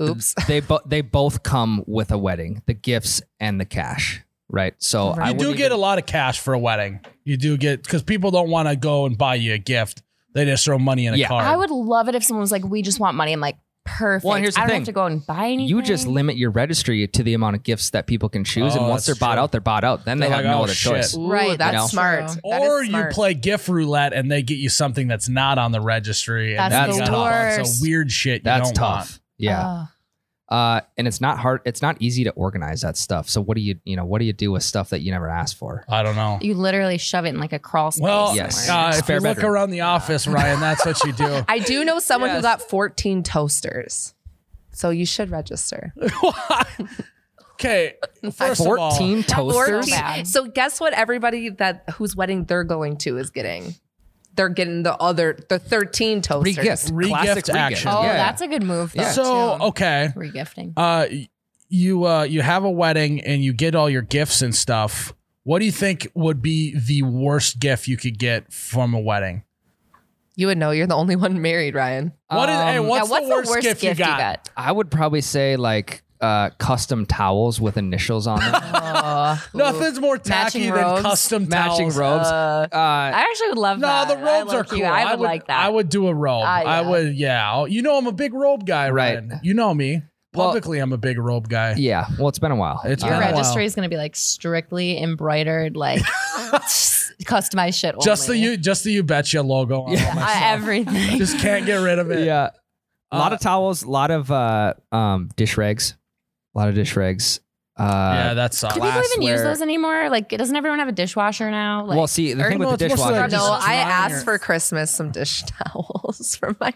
Oops.
they bo- they both come with a wedding, the gifts and the cash, right? So I
You do
wouldn't
get a
even-
lot of cash for a wedding. You do get because people don't want to go and buy you a gift. They just throw money in a
Yeah.
card.
I would love it if someone was like, "We just want money." I'm like, "Perfect."
Well, here's the
I don't
thing.
have to go and buy anything.
You just limit your registry to the amount of gifts that people can choose,
Oh,
and once they're
that's
bought
true.
out, they're bought out. Then they
They're
have
like,
no
"Oh,
other
shit."
choice.
Ooh,
Right,
that's
you know?
smart. That is
or you
smart.
play gift roulette and they get you something that's not on the registry. and
That's
you
the
gotta buy some
worst.
weird shit. You
That's
don't
tough.
want.
Yeah, uh, and it's not hard. It's not easy to organize that stuff. So what do you you know what do you do with stuff that you never asked for?
I don't know.
you literally shove it in like a crawl space.
Well,
Yes.
somewhere.
uh, if
Spare
you look
bedroom.
around the office, Ryan, that's what you do.
I do know someone
Yes.
who got 14 toasters. So you should register.
okay, first of all,
Fourteen toasters.
14.
bad.
So guess what everybody that whose wedding they're going to is getting? They're getting the other the 13 toasters.
Regift.
Regift
Classic
action.
oh,
Yeah. oh,
that's a good move. Though,
Yeah.
so
too.
okay,
regifting.
uh, y- you uh, you have a wedding and you get all your gifts and stuff. What do you think would be the worst gift you could get from a wedding?
You would know you're the only one married, Ryan.
What is, hey,
Um,
what's,
yeah, what's
the worst, gift, you got?
I would probably say like uh, custom towels with initials on them,
Nothing's more tacky
Matching
than
robes.
custom
matching
towels.
robes.
Uh,
Uh,
I actually would love
No,
that.
the
I
robes are
like you.
cool.
I would, like that.
I would do a robe.
Ah,
I
yeah.
would, yeah. I'll- You know, I'm a big robe guy,
Right.
Ryan. You know me.
Well-
Publicly, I'm a big robe guy.
yeah. Well, it's been a while.
It's
Uh,
Your
been a while.
registry is going to be like strictly embroidered, like customized shit. Only.
Just the you, just the you betcha logo. On yeah,
Uh, everything.
just can't get rid of it.
yeah. A lot
Uh,
of towels, a lot of uh, um, dish rags, a lot of dish rags. Uh,
yeah, that sucks.
Do people even use
glassware.
those anymore? Like, doesn't everyone have a dishwasher now? Like,
well, see, the
or
thing
no,
with the
it's mostly
dishwasher.
like
no,
just-
I asked for Christmas some dish towels from my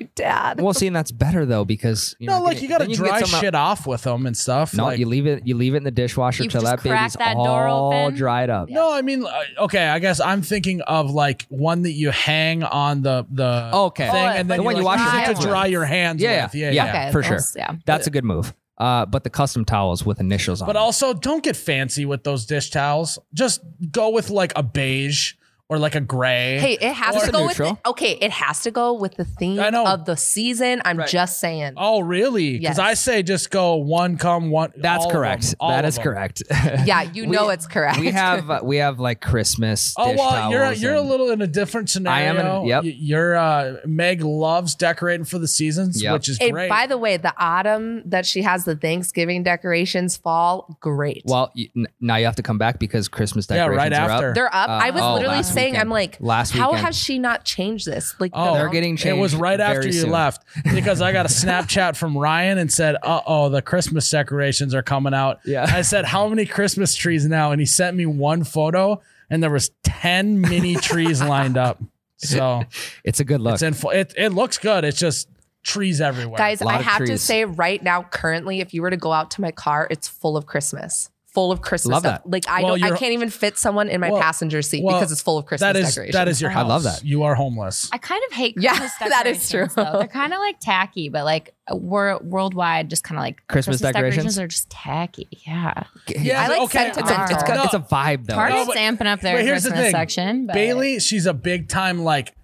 dad.
well, see, and that's better though because you know,
No, like
can-
you gotta
then can get
dry
some out-
shit off with them and stuff.
No,
like,
you leave it. You leave it in the dishwasher
You
till
just
that baby's
crack that door
all
open.
dried up.
no, I mean, uh, okay, I guess I'm thinking of like one that you hang on the the
Okay,
thing,
Oh,
and then
the
you
one you
like,
wash
use
your
it
hands
to
with.
dry your hands.
Yeah,
with.
yeah.
okay,
for sure.
those- Yeah.
That's a good move. Uh, but the custom towels with initials on.
But
them.
also, don't get fancy with those dish towels. Just go with like a beige or like a gray.
Hey, it has
Or-
to go with
Neutral.
the, okay. It has to go with the theme
I know.
of the season. I'm
Right.
just saying.
Oh, really? Because
Yes.
I say just go one, come one.
That's
all of
correct.
them, all
that
of
is
them.
correct.
Yeah, you
We-
know it's correct.
we have uh, we have like Christmas.
Oh
dish
well, you're
towels
you're a
and-
little in a different
I
scenario.
am in a- yep.
Y- You're uh, Meg loves decorating for the seasons,
Yep.
which is
And
great.
by the way, the autumn that she has the Thanksgiving decorations fall great.
Well, you, n- now you have to come back because Christmas
yeah,
decorations
right
are
after
up.
They're up.
Uh,
I was
oh,
literally
last
saying,
weekend.
I'm like,
Last
how
weekend.
has she not changed this? Like,
Oh.
They're
no.
getting
It
changed.
was right after
very
you
soon.
left because I got a Snapchat from Ryan and said, "Uh oh, the Christmas decorations are coming out."
Yeah.
I said, "How many Christmas trees now?" And he sent me one photo, and there was ten mini trees lined up. So
It's a good look.
it's in, it it looks good. It's just trees everywhere.
guys,
Lot
I
of
have to
trees.
say right now, currently, if you were to go out to my car, it's full of Christmas. Full of Christmas
Love
stuff.
that.
Like I
Well,
don't, I
you're-
can't even fit someone in my
Well-
passenger seat
well,
because it's full of Christmas
that is
decorations.
that is your house.
I love that.
You are homeless.
I kind of hate
Yeah,
Christmas
that is
decorations,
true.
though. They're kind of like tacky, but like wor- worldwide, just kind of like
Christmas decorations?
are just tacky. Yeah,
Yeah,
I like
okay.
sentimental.
It's a, it's, got,
No.
it's a vibe though.
Target's
but-
amping up their
but here's the
Christmas
thing.
section. But
Bailey, she's a big time like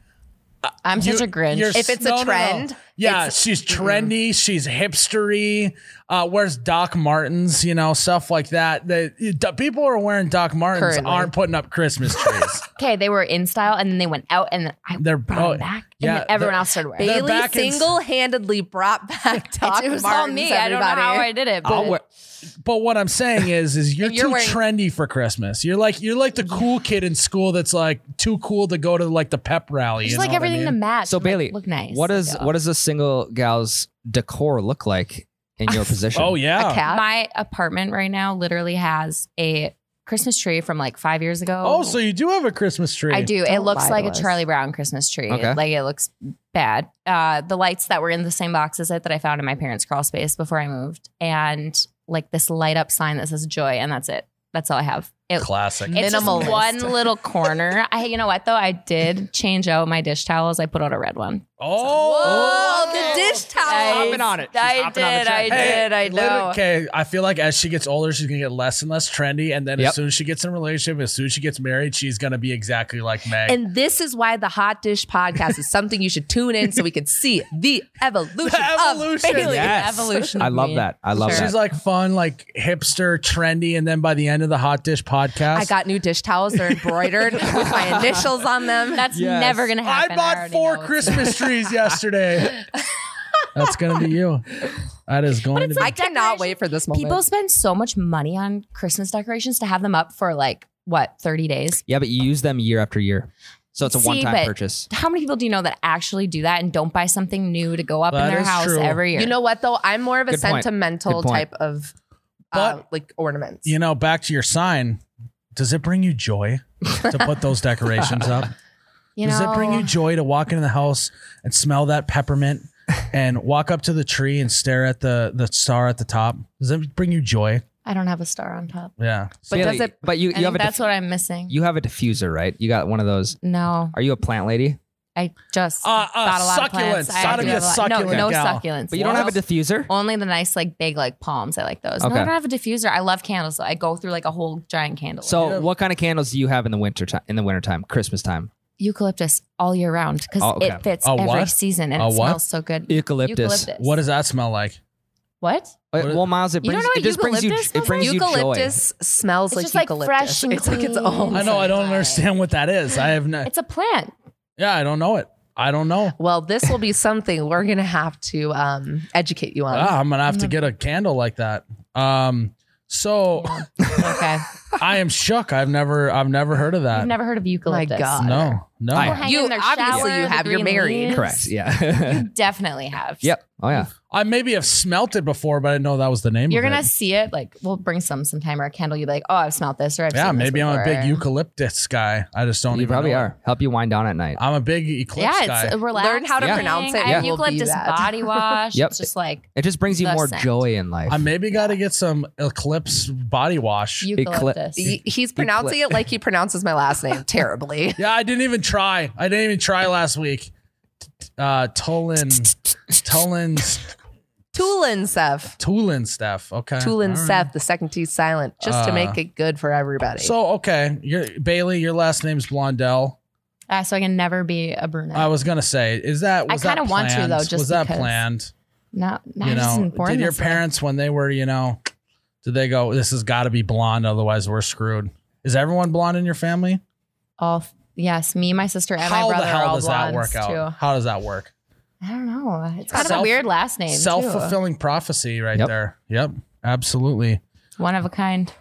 I'm such
you-
a Grinch.
you're-
If it's a
no, no, no.
trend,
Yeah,
it's-
she's trendy. She's hipstery. Uh, where's Doc Martens? You know, stuff like that. The, the people who are wearing Doc Martens
Currently.
aren't putting up Christmas trees.
okay, they were in style, and then they went out, and then I
They're-
brought
oh,
them back,
yeah,
and then everyone
they're-
else started wearing.
they're
it.
Bailey
back in-
single-handedly brought back Doc
it was all
Martens,
me. I don't
Everybody.
know how I did it,
I'll
but
wear-
but what I'm saying is, is you're,
And you're
too
wearing-
trendy for Christmas. You're like you're like the cool kid in school that's like too cool to go to like the pep rally.
just
you
like
know what I
everything to
mean?
match.
so
and, like,
Bailey,
look nice.
What does
Like,
what does a single gal's decor look like in your position?
Oh yeah.
A cat.
my apartment right now literally has a Christmas tree from like five years ago.
Oh, so you do have a Christmas tree.
I do. it
Don't lie
looks
to
like a
us.
Charlie Brown Christmas tree.
Okay.
Like it looks bad. Uh, the lights that were in the same box as it that I found in my parents' crawl space before I moved, and like this light up sign that says joy, and that's it. That's all I have. It,
Classic.
it's just
Minimalist.
one little corner. I, you know what though? I did change out my dish towels. I put out a red one.
Oh,
Whoa, the dish
I-
towel.
hopping on it. She's
I
hopping on the
did. I
train.
did. I know.
Okay, I feel like as she gets older, she's gonna get less and less trendy, and then
Yep.
as soon as she gets in a relationship, as soon as she gets married, she's gonna be exactly like Meg.
And this is why the Hot Dish Podcast is something you should tune in so we can see the evolution,
evolution.
of Bailey.
Yes.
Evolution
I
of
love
me.
that. I love
Sure.
she's
that.
like fun, like hipster, trendy, and then by the end of the Hot Dish podcast,
I got new dish towels. They're embroidered with my initials on them.
That's
Yes.
never gonna
I
happen.
bought
already
four
know it's-
Christmas trees yesterday. That's gonna be you. That is going to be.
I cannot wait for this moment.
People spend so much money on Christmas decorations to have them up for like what thirty days.
Yeah, but you use them year after year, so it's a
See,
one time
but-
purchase.
How many people do you know that actually do that and don't buy something new to go up
That
in their
is
house
true.
every year?
you know what though? I'm more of a
Good point.
sentimental
Good point.
type of uh, like ornaments.
You know, back to your sign. Does it bring you joy to put those decorations up?
You
Does it bring
know,
you joy to walk into the house and smell that peppermint and walk up to the tree and stare at the the star at the top? Does it bring you joy?
I don't have a star on top.
Yeah.
But does
Bailey,
it-
But you
I
you have
think
a
that's
diff-
what I'm missing.
you have a diffuser, right? You got one of those.
no,
Are you a plant lady?
I just
Uh, uh,
bought a lot
succulents.
of plants. I
Gotta
do
be a
have lot-
succulent
No, no
gal.
succulents.
But you don't
No.
have a diffuser.
Only the nice, like big, like palms. I like those. No,
Okay.
I don't have a diffuser. I love candles. though. I go through like a whole giant candle.
So, what kind of candles do you have in the winter time? In the winter time, Christmas time,
eucalyptus all year round because
Oh, okay.
it fits
A
every
what?
season and
A
it
what?
smells so good.
eucalyptus.
Eucalyptus.
What does that smell like?
What?
Uh,
What-
Well, Miles, it
You don't
brings
know
it
what
just brings you
eucalyptus
it
smells like?
brings you joy.
eucalyptus smells
It's
like
just, like,
eucalyptus.
fresh and
it's like its own.
I know. I don't understand what that is. I have no.
It's a plant.
Yeah, I don't know it. I don't know.
Well, this will be something we're gonna have to um, educate you on.
Ah, I'm gonna
Mm-hmm.
have to get a candle like that. Um. So
Okay.
I am shook. I've never. I've never heard of
I've
that.
never heard of eucalyptus.
God.
No. Uh, No.
I
People
have.
hang
You-
in their
obviously
shower,
you
the
have, you're
green
married.
leaves.
Correct. Yeah.
Definitely have.
yep. Oh yeah.
I maybe have smelt it before, but I didn't know that was the name.
You're
of
gonna
It.
see it. Like we'll bring some sometime or a candle. You'll be like, oh, I've smelled this or I've
Yeah,
seen this
maybe I'm a
before.
big eucalyptus guy. I just don't.
You
even
probably
know it.
are. Help you wind down at night.
I'm a big eclipse guy.
Yeah, it's relaxing.
Learn how to
Yeah.
pronounce it
I have
and we'll be
eucalyptus
that.
body wash.
Yep.
It's just like
It just brings you
the
more
scent.
joy in life.
I maybe got to get some Eclipse body wash.
eucalyptus.
He- He's pronouncing it like he pronounces my last name terribly.
yeah, I didn't even try. I didn't even try last week. Uh, Tolan, Tolan's,
Tulin Seth.
Tulin Steph. Okay.
Tulin
Uh, All right.
Seth, the second T silent, just to
Uh,
make it good for everybody.
So okay, your Bailey, your last name's Blondell.
Uh, so I can never be a brunette.
I was gonna say, is that
I
was that
kinda want to,
planned?
though, just
was that
because,
planned?
no, no,
you
it's just
know,
important.
did your
It's like-
parents when they were, you know, did they go? This has got to be blonde, otherwise we're screwed. Is everyone blonde in your family?
all f- yes, me, my sister, and
How
my brother
the
are
hell
all
does that
blondes,
work out?
too.
How does that work?
I don't know. It's kind of
Self-
a weird last name. too.
Self fulfilling prophecy, right
Yep.
there. Yep, absolutely.
One of a kind.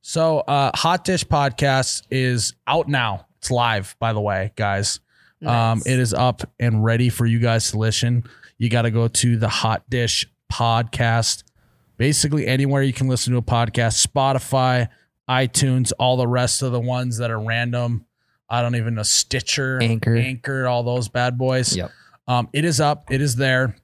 So, uh, Hot Dish Podcast is out now. It's live, by the way, guys. Um,
Nice.
it is up and ready for you guys to listen. You got to go to the Hot Dish Podcast. Basically, anywhere you can listen to a podcast, Spotify, iTunes, all the rest of the ones that are random. I don't even know Stitcher,
Anchor.
Anchor, all those bad boys.
Yep.
Um, it is up. It is there.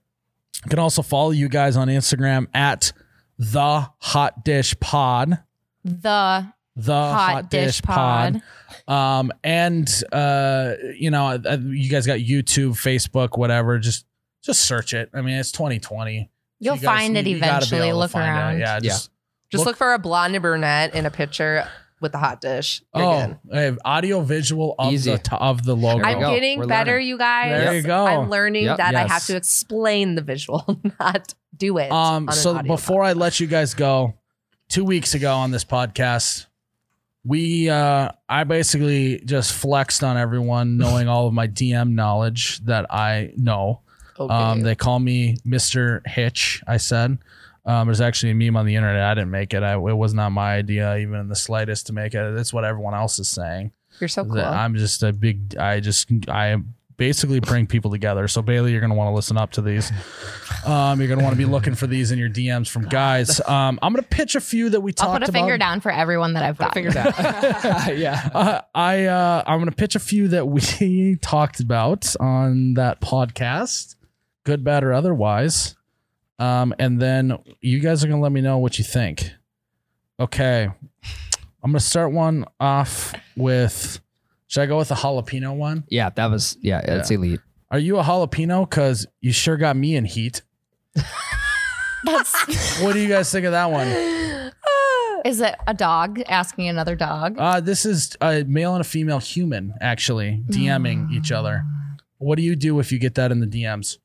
You can also follow you guys on Instagram at the Hot Dish Pod
The
the
hot, dish, pod.
um and uh you know I- I- you guys got youtube facebook whatever just just search it i mean it's 2020
You'll
You guys-
find it
you- you gotta be
eventually.
able to
Look
find it.
around.
yeah just
just
look-
look, for a blonde and brunette in a picture with the hot dish. You're
oh
good.
I have audio visual of
Easy.
the to, of the logo
There we
I'm
go.
getting
We're
better,
learning.
you guys.
There you go.
I'm learning
Yep.
that I have
Yes.
to explain the visual, not do it.
um
on an
so
audio
before i let you guys go two weeks ago on this podcast we uh i basically just flexed on everyone knowing all of my dm knowledge that i know
file.
Um,
Okay.
they call me Mr. Hitch. I said. Um, there's actually a meme on the internet. I didn't make it. I, it was not my idea, even in the slightest, to make it. That's what everyone else is saying.
You're so cool.
That I'm just a big. I just. I basically bring people together. So Bailey, you're gonna want to listen up to these. Um, you're gonna want to be looking for these in your DMs from guys. Um, I'm gonna pitch a few that we talked
I'll put a
about.
finger down for everyone that I've got.
Figure that. out. yeah.
Uh, I uh, I'm gonna pitch a few that we talked about on that podcast, good, bad, or otherwise, um, and then you guys are gonna let me know what you think. Okay, I'm gonna start one off with. Should I go with the jalapeno one?
Yeah, that was yeah, that's elite.
Are you a jalapeno? Cause you sure got me in heat.
That's,
What do you guys think of that one?
is it a dog asking another dog?
Uh, this is a male and a female human actually DMing each other. What do you do if you get that in the DMs?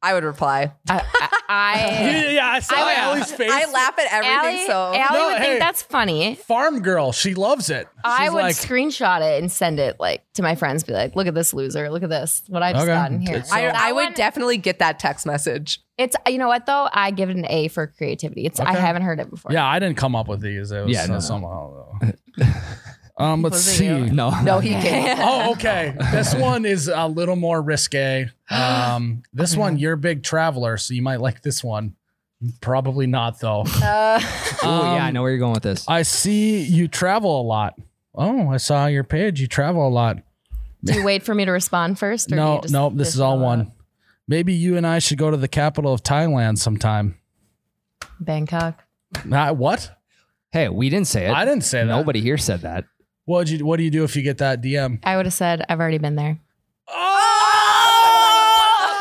I would reply.
I, I, I,
Yeah, yeah I saw
I-
Allie's face.
I laugh at everything.
Allie,
so
Allie
No,
would
hey.
think that's funny.
Farm girl, she loves it.
I
She's
would
like,
screenshot it and send it like to my friends. Be like, look at this loser. Look at this. What I just
Okay.
got in here.
It's-
I,
That
I would
one-
definitely get that text message.
It's you know what though. I give it an A for creativity. It's I
Okay.
haven't heard it before.
yeah, I didn't come up with these. It was
Yeah,
yeah,
no, no.
somehow. um, let's
Was it
see.
No.
No, he can't.
Oh, okay. This one is a little more risque. Um, this one, you're a big traveler, so you might like this one. Probably not though.
Uh,
oh yeah, I
Um,
know where you're going with this.
I see you travel a lot. Oh, I saw your page. You travel a lot.
Do you wait for me to respond first? Or do
No,
you just
no, this
dish
is
it
all
out?
one. Maybe you and I should go to the capital of Thailand sometime.
Bangkok.
Not what?
hey, we didn't say it.
I didn't say that.
Nobody here said that.
What you? What do you do if you get that DM?
I would have said I've already been there.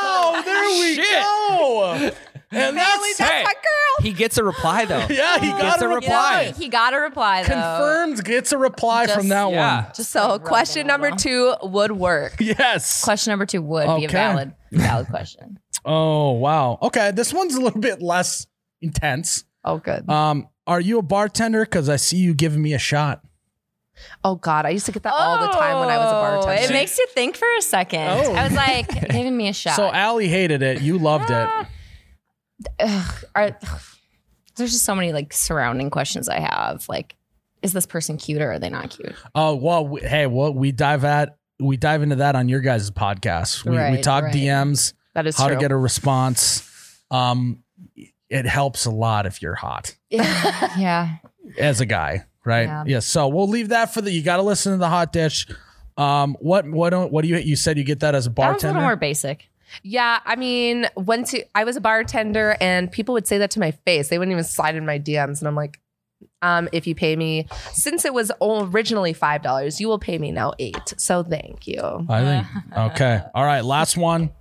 Oh, there we go. And that's
that's my girl.
He gets a reply though.
yeah, he got
Gets
a,
a
reply.
reply.
He got a reply though.
Confirmed gets a reply from
Just-
that
Yeah.
one.
Just
So
like, rubbed it
question number
along.
two would work.
Yes.
Question number two would be
Okay.
a valid, valid question.
Oh wow. Okay, this one's a little bit less intense.
Oh, good.
Um, are you a bartender? Because I see you giving me a shot.
Oh, God. I used to get that all the time when I was a bartender.
Oh, It makes you think for a second.
Oh.
I was like, giving me a shot.
So Allie hated it. You loved it.
Ugh, are, ugh. there's just so many like surrounding questions I have. Like, is this person cute or are they not cute?
Oh well. We, hey, well we dive at we dive into that on your guys' podcast. We we
Right,
talk
right.
DMs.
that is
how
true.
to get a response. Um, it helps a lot if you're hot
Yeah. yeah.
as a guy, right? Yeah.
Yeah.
So we'll leave that for the. You got to listen to the hot dish. Um, what what don't, what do you you said you get that as a
That was a
bartender?
little more basic.
yeah. I mean, once you, I was a bartender and people would say that to my face. They wouldn't even slide in my DMs. And I'm like, um, if you pay me, since it was originally $5, you will pay me now 8 So thank you.
I think. Okay. All right. Last one.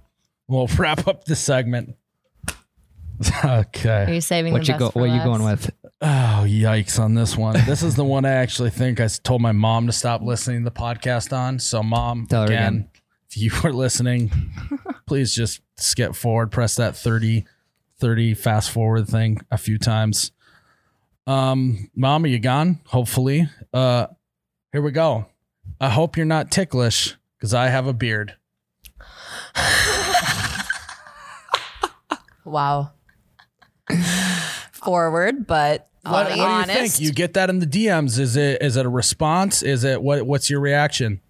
We'll wrap up the segment.
Are
Okay.
you saving
What you
the best
go?
for
What you
last?
going with?
Oh, yikes on this one. This is the one I actually think I s- told my mom to stop listening to the podcast on. So, mom,
Tell her
again,
again.
if you were listening, please just skip forward, press that 30, 30 fast forward thing a few times. Um, mom, are you gone? Hopefully. Uh, here we go. I hope you're not ticklish because I have a beard.
Wow.
forward, but
What,
funny.
what do you think? You get that in the DMs? Is it is it a response? Is it what? What's your reaction?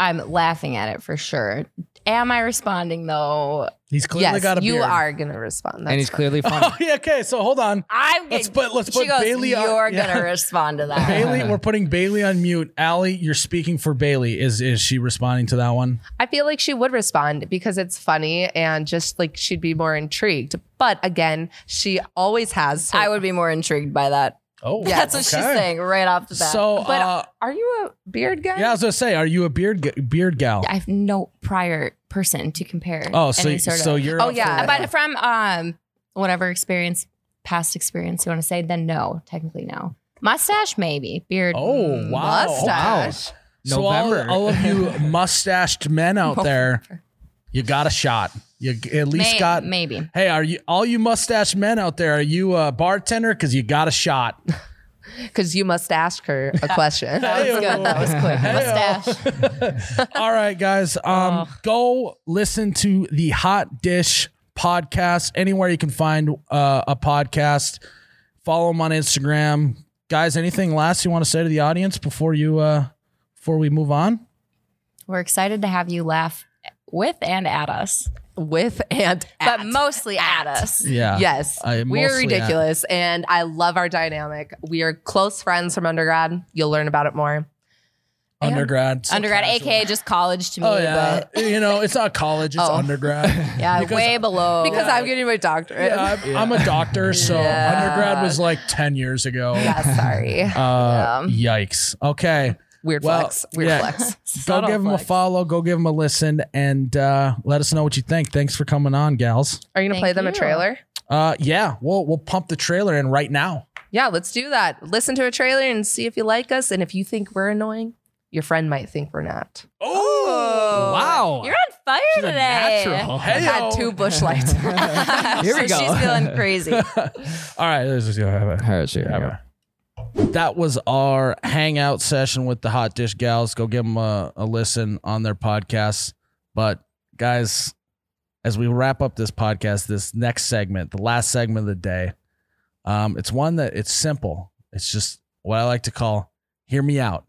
I'm laughing at it for sure. Am I responding though?
He's clearly
yes,
got a
you
beard.
are gonna respond.
and
That's
he's clearly funny.
Oh, yeah, okay, so hold on.
I'm.
Let's put- let's
she
put
goes,
Bailey on-
You're
yeah.
gonna respond to that.
Bailey, we're putting Bailey on mute. Allie, you're speaking for Bailey. Is is she responding to that one?
I feel like she would respond because it's funny and just like she'd be more intrigued. But again, she always has. her-
I would be more intrigued by that.
Oh,
That's what she's saying right off the bat.
So,
But
uh,
are you a beard guy?
yeah, I was gonna say, are you a beard g- beard gal?
I have no prior person to compare.
Oh, so
any sort
so
of,
you're.
Oh,
up
yeah,
for-
but-
but from um whatever experience, past experience you want to say, then no, technically no. Mustache maybe, beard.
oh
mm,
wow, Oh,
Mustache.
Wow. So all-
November.
all, of you mustached men out there, you got a shot. You g- at least
may-
got.
maybe.
Hey, are you all you mustache men out there? Are you a bartender? Because you got a shot.
Because you must ask her a question.
That was
good. That was
quick.
Mustache.
All right, guys. Um, go listen to the Hot Dish podcast anywhere you can find uh, a podcast. Follow them on Instagram, guys. Anything last you want to say to the audience before you uh, before we move on?
We're excited to have you laugh with and at us,
With and at.
but mostly at, us.
Yeah.
Yes,
I
we are
mostly
ridiculous, and I love our dynamic. We are close friends from undergrad. You'll learn about it more.
Undergrad. so
Undergrad,
casual.
aka just college to me,
Oh yeah.
but
you know, it's not college. It's
Oh.
undergrad.
yeah,
Because-
way below.
Because I'm getting my doctorate.
Yeah, I'm, I'm a doctor, so
Yeah.
undergrad was like ten years ago.
Yeah, sorry.
Uh, Yikes. Okay.
Weird
Well,
flex. Weird
yeah.
flex.
go
Subtle
give them a
flex.
follow go give them a listen and uh, let us know what you think thanks for coming on gals
Are you gonna
Thank
play them a
you.
trailer?
uh, yeah we'll we'll pump the trailer in right now
Yeah, let's do that. Listen to a trailer and see if you like us. And if you think we're annoying, your friend might think we're not.
oh wow
You're on fire
She's a
today.
natural.
I had two bush lights.
Here we
So
go.
She's feeling crazy.
all right let's just go have it. That was our hangout session with the Hot Dish Gals. Go give them a, a listen on their podcast. But guys, as we wrap up this podcast, this next segment, the last segment of the day, um, it's one that it's simple. It's just what I like to call "hear me out."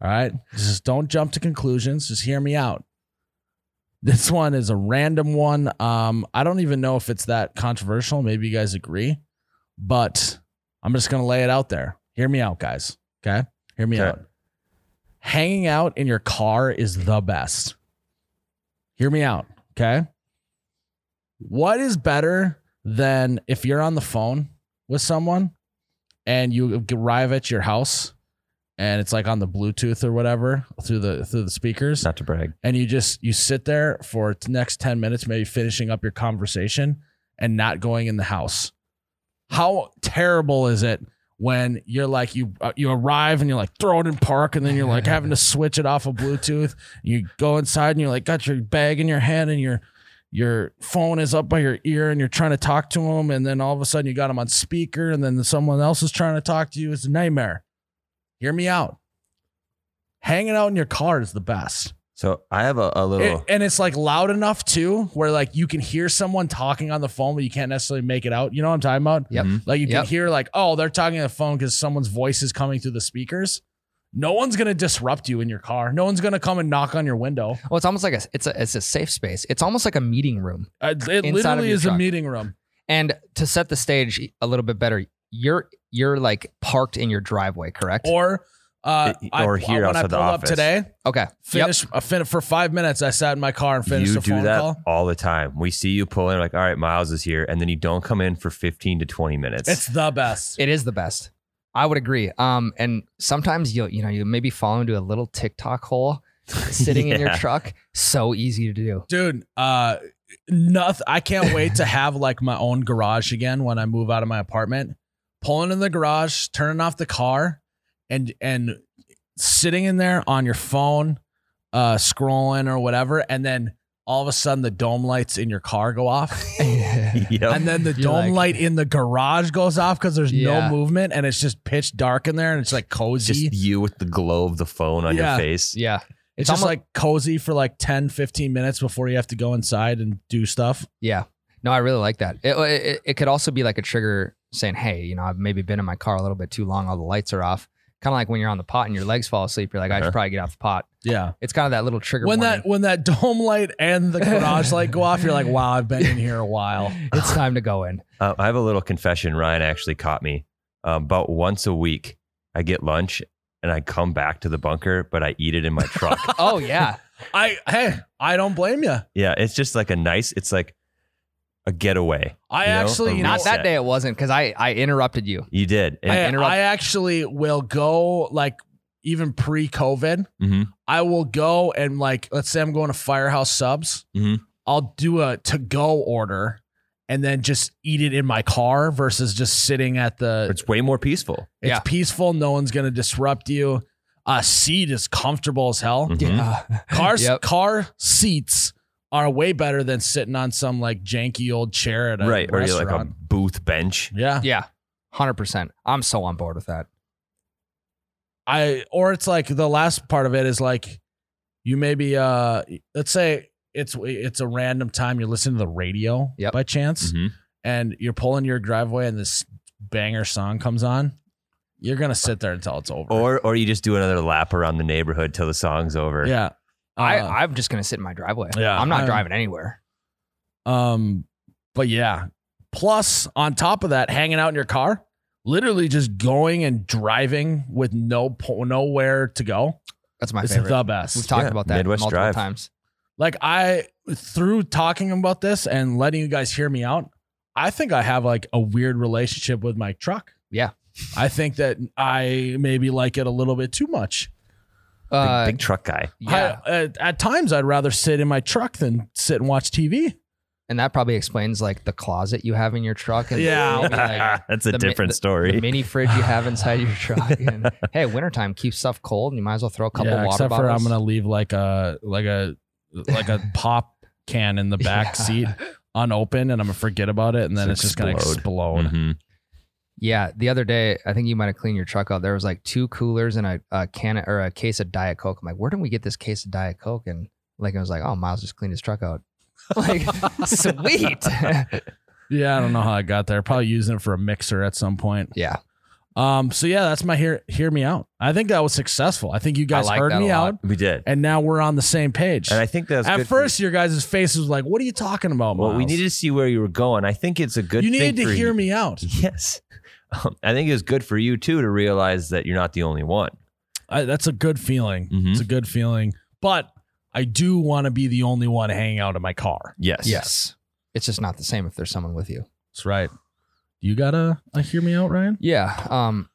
All right, just don't jump to conclusions. Just hear me out. This one is a random one. Um, I don't even know if it's that controversial. Maybe you guys agree, but I'm just going to lay it out there. Hear me out, guys. Okay. Hear me
Okay.
out. Hanging out in your car is the best. Hear me out. Okay. What is better than if you're on the phone with someone and you arrive at your house and it's like on the Bluetooth or whatever through the through the speakers
Not to brag.
and you just you sit there for the next 10 minutes maybe finishing up your conversation and not going in the house how terrible is it when you're like you uh, you arrive and you're like throw it in park and then you're like having to switch it off of bluetooth you go inside and you're like got your bag in your hand and your your phone is up by your ear and you're trying to talk to them and then all of a sudden you got them on speaker and then someone else is trying to talk to you it's a nightmare hear me out hanging out in your car is the best
So I have a, a little.
it- and it's like loud enough too, where like you can hear someone talking on the phone, but you can't necessarily make it out. You know what I'm talking about?
Yep.
Mhm.
Like you can
Yep.
hear like, oh, they're talking on the phone because someone's voice is coming through the speakers. No one's gonna disrupt you in your car. No one's gonna come and knock on your window.
Well, it's almost like a it's a it's a safe space. It's almost like a meeting room.
Uh, It
of
literally
your
is a
truck.
meeting room.
And to set the stage a little bit better, you're you're like parked in your driveway, correct?
Or uh,
It-
I-
or
when
here
I
outside the
pulled up
office.
today,
okay. Yep.
finish uh, fin- for five minutes. I sat in my car and finished
you
a
do
phone
that
call.
all the time. We see you pull in, like, all right, Miles is here, and then you don't come in for 15 to 20 minutes.
It's the best.
It is the best. I would agree. Um, and sometimes you'll you know you maybe fall into a little TikTok hole sitting in your
Yeah.
truck. So easy to do.
dude uh nothing. I can't wait to have like my own garage again when I move out of my apartment. Pulling in the garage, turning off the car, and and sitting in there on your phone, uh, scrolling or whatever, and then all of a sudden the dome lights in your car go off,
Yep.
and then the
You're
dome
like-
light in the garage goes off because there's
Yeah.
no movement and it's just pitch dark in there and it's like cozy.
Just you with the glow of the phone on
Yeah.
your face.
yeah.
it's
it's
just
almo-
like cozy for like 10, 15 minutes before you have to go inside and do stuff.
Yeah. No, I really like that. It, it, it could also be like a trigger saying, hey, you know, I've maybe been in my car a little bit too long. All the lights are off. Kind of like when you're on the pot and your legs fall asleep. You're like, I
Uh-huh.
should probably get off the pot.
Yeah.
It's kind of that little trigger.
when
warning.
that when that dome light and the garage light go off, you're like, wow, I've been in here a while.
it's time to go in.
Uh, I have a little confession. Ryan actually caught me. Um, about once a week, I get lunch and I come back to the bunker, but I eat it in my truck.
Oh, yeah.
I hey, I don't blame you.
yeah, it's just like a nice. It's like a getaway.
I
You know,
actually
a
you know,
Not
reset.
that day it wasn't because I, I interrupted you.
You did. And-
I,
interrupt-
I actually will go like even pre-COVID,
Mhm.
I will go and like let's say I'm going to Firehouse Subs,
Mm-hmm.
Mhm.
I'll do a to-go order and then just eat it in my car versus just sitting at the
It's way more peaceful.
it's
yeah.
peaceful, no one's gonna disrupt you. A seat is comfortable as hell.
Mm-hmm.
Mhm.
Car
Yep.
car seats are way better than sitting on some like janky old chair at a
Right. Or you're
restaurant.
like a booth bench.
yeah.
Yeah. 100%. I'm so on board with that.
I or it's like the last part of it is like you maybe uh let's say it's it's a random time you're listening to the radio
Yep.
by chance
Mhm.
and you're pulling your driveway and this banger song comes on. You're gonna sit there until it's over.
Or or you just do another lap around the neighborhood till the song's over.
yeah. Uh,
I, I'm just going to sit in my driveway.
yeah,
I'm not
I'm-
driving anywhere.
Um, but yeah. Plus, on top of that, hanging out in your car, literally just going and driving with no po- nowhere to go
That's my
is
favorite.
the
We've
best.
talked
Yeah,
about that
Midwest
multiple
Drive.
times.
like I through talking about this and letting you guys hear me out, I think I have like a weird relationship with my truck.
Yeah.
I think that I maybe like it a little bit too much.
Big,
Uh,
big truck guy.
yeah.
I, at, at times, I'd rather sit in my truck than sit and watch TV.
and that probably explains like the closet you have in your truck and
Yeah.
maybe, like,
That's a
the mi-
different story.
the mini fridge you have inside your truck and hey wintertime keeps stuff cold and you might as well throw a couple
yeah,
water
except
bottles
for I'm gonna leave like a like a like a pop can in the back
Yeah.
seat unopened, and I'm gonna forget about it, and then it's,
Just
just gonna
explode.
explode.
Mhm.
yeah the other day i think you might have cleaned your truck out there was like two coolers and a, a can or a case of diet coke i'm like where did we get this case of diet coke and like I was like oh miles just cleaned his truck out like sweet
Yeah, I don't know how I got there. Probably using it for a mixer at some point.
yeah
Um, so yeah, that's my hear hear me out. I think that was successful. I think you guys
like
heard
that
me
a lot.
out,
We did.
and now we're on the same page.
And I think that's
At
good for-
first, your guys' face was like, "What are you talking about,
Well, we
Miles?"
needed to see where you were going. I think it's a good.
you
thing
needed
for
to hear
you-
me out.
Yes, um, I think it's good for you too to realize that you're not the only one.
I, that's a good feeling.
Mhm.
It's a good feeling, but I do want to be the only one hanging out in my car.
Yes.
yes it's just not the same if there's someone with you
That's right. You gotta uh, hear me out, Ryan.
yeah um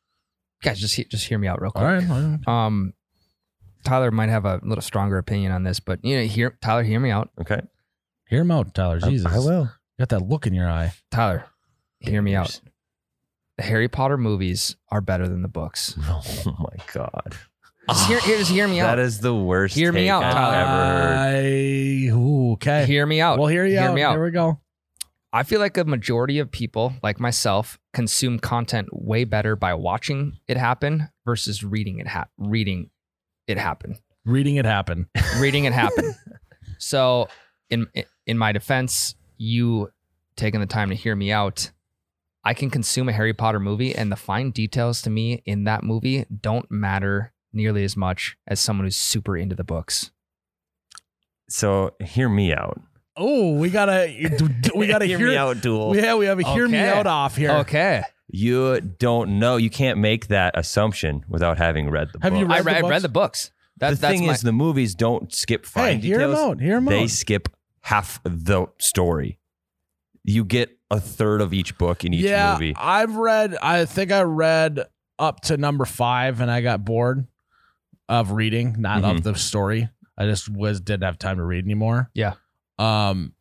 guys just he- just hear me out real quick
All right, all right.
Um, Tyler might have a little stronger opinion on this, but you know, hear Tyler, hear me out.
Okay.
hear him out, Tyler. Jesus,
I will.
got that look in your eye.
Tyler, hear me out. The Harry Potter movies are better than the books.
Oh my god.
Just
Ah,
hear, hear- just hear me out.
That is the worst.
Hear me
take
Oh,
out,
I've
Tyler. Uh,
ever heard.
I- ooh, okay.
Hear me out.
we'll hear you
Hear
out.
me out.
Here we go.
I feel like a majority of people, like myself, consume content way better by watching it happen versus reading it hap reading it happen.
Reading it happen.
reading it happen. so, in in my defense, you taking the time to hear me out, I can consume a Harry Potter movie, and the fine details to me in that movie don't matter nearly as much as someone who's super into the books.
So hear me out.
Oh, we gotta we gotta
hear
hear,
me out, duel.
Yeah, we have a hear me
Okay.
out off here.
Okay,
You don't know. You can't make that assumption without having read the
Have
book.
you
I,
Read the
re- I
books?
read the books. That,
the
that's
thing
my,
is, the movies don't skip fine
Hey, hear
details.
him out. Hear him
they
out.
skip half the story. You get a third of each book in each
yeah,
movie.
I've read. I think I read up to number five, and I got bored of reading,
Mm-hmm.
not of the story. I just was didn't have time to read anymore.
Yeah.
Um,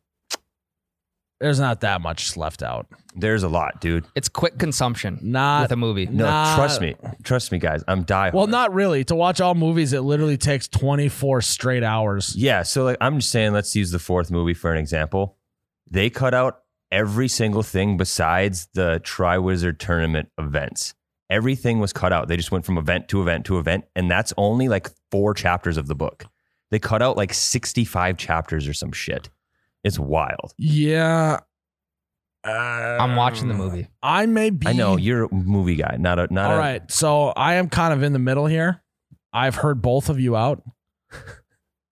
there's not that much left out.
There's a lot, dude.
It's quick consumption
Not
with a movie.
No,
Nah.
trust me, trust me, guys. I'm die.
well,
hard.
not really. To watch all movies, it literally takes 24 straight hours.
Yeah. So like I'm just saying, let's use the fourth movie for an example. They cut out every single thing besides the Tri Wizard tournament events. Everything was cut out. They just went from event to event to event, and that's only like four chapters of the book. They cut out like 65 chapters or some shit. It's wild.
Yeah.
I'm watching the movie.
I may be.
I know you're a movie guy, not a not
All
a
right. So I am kind of in the middle here. I've heard both of you out.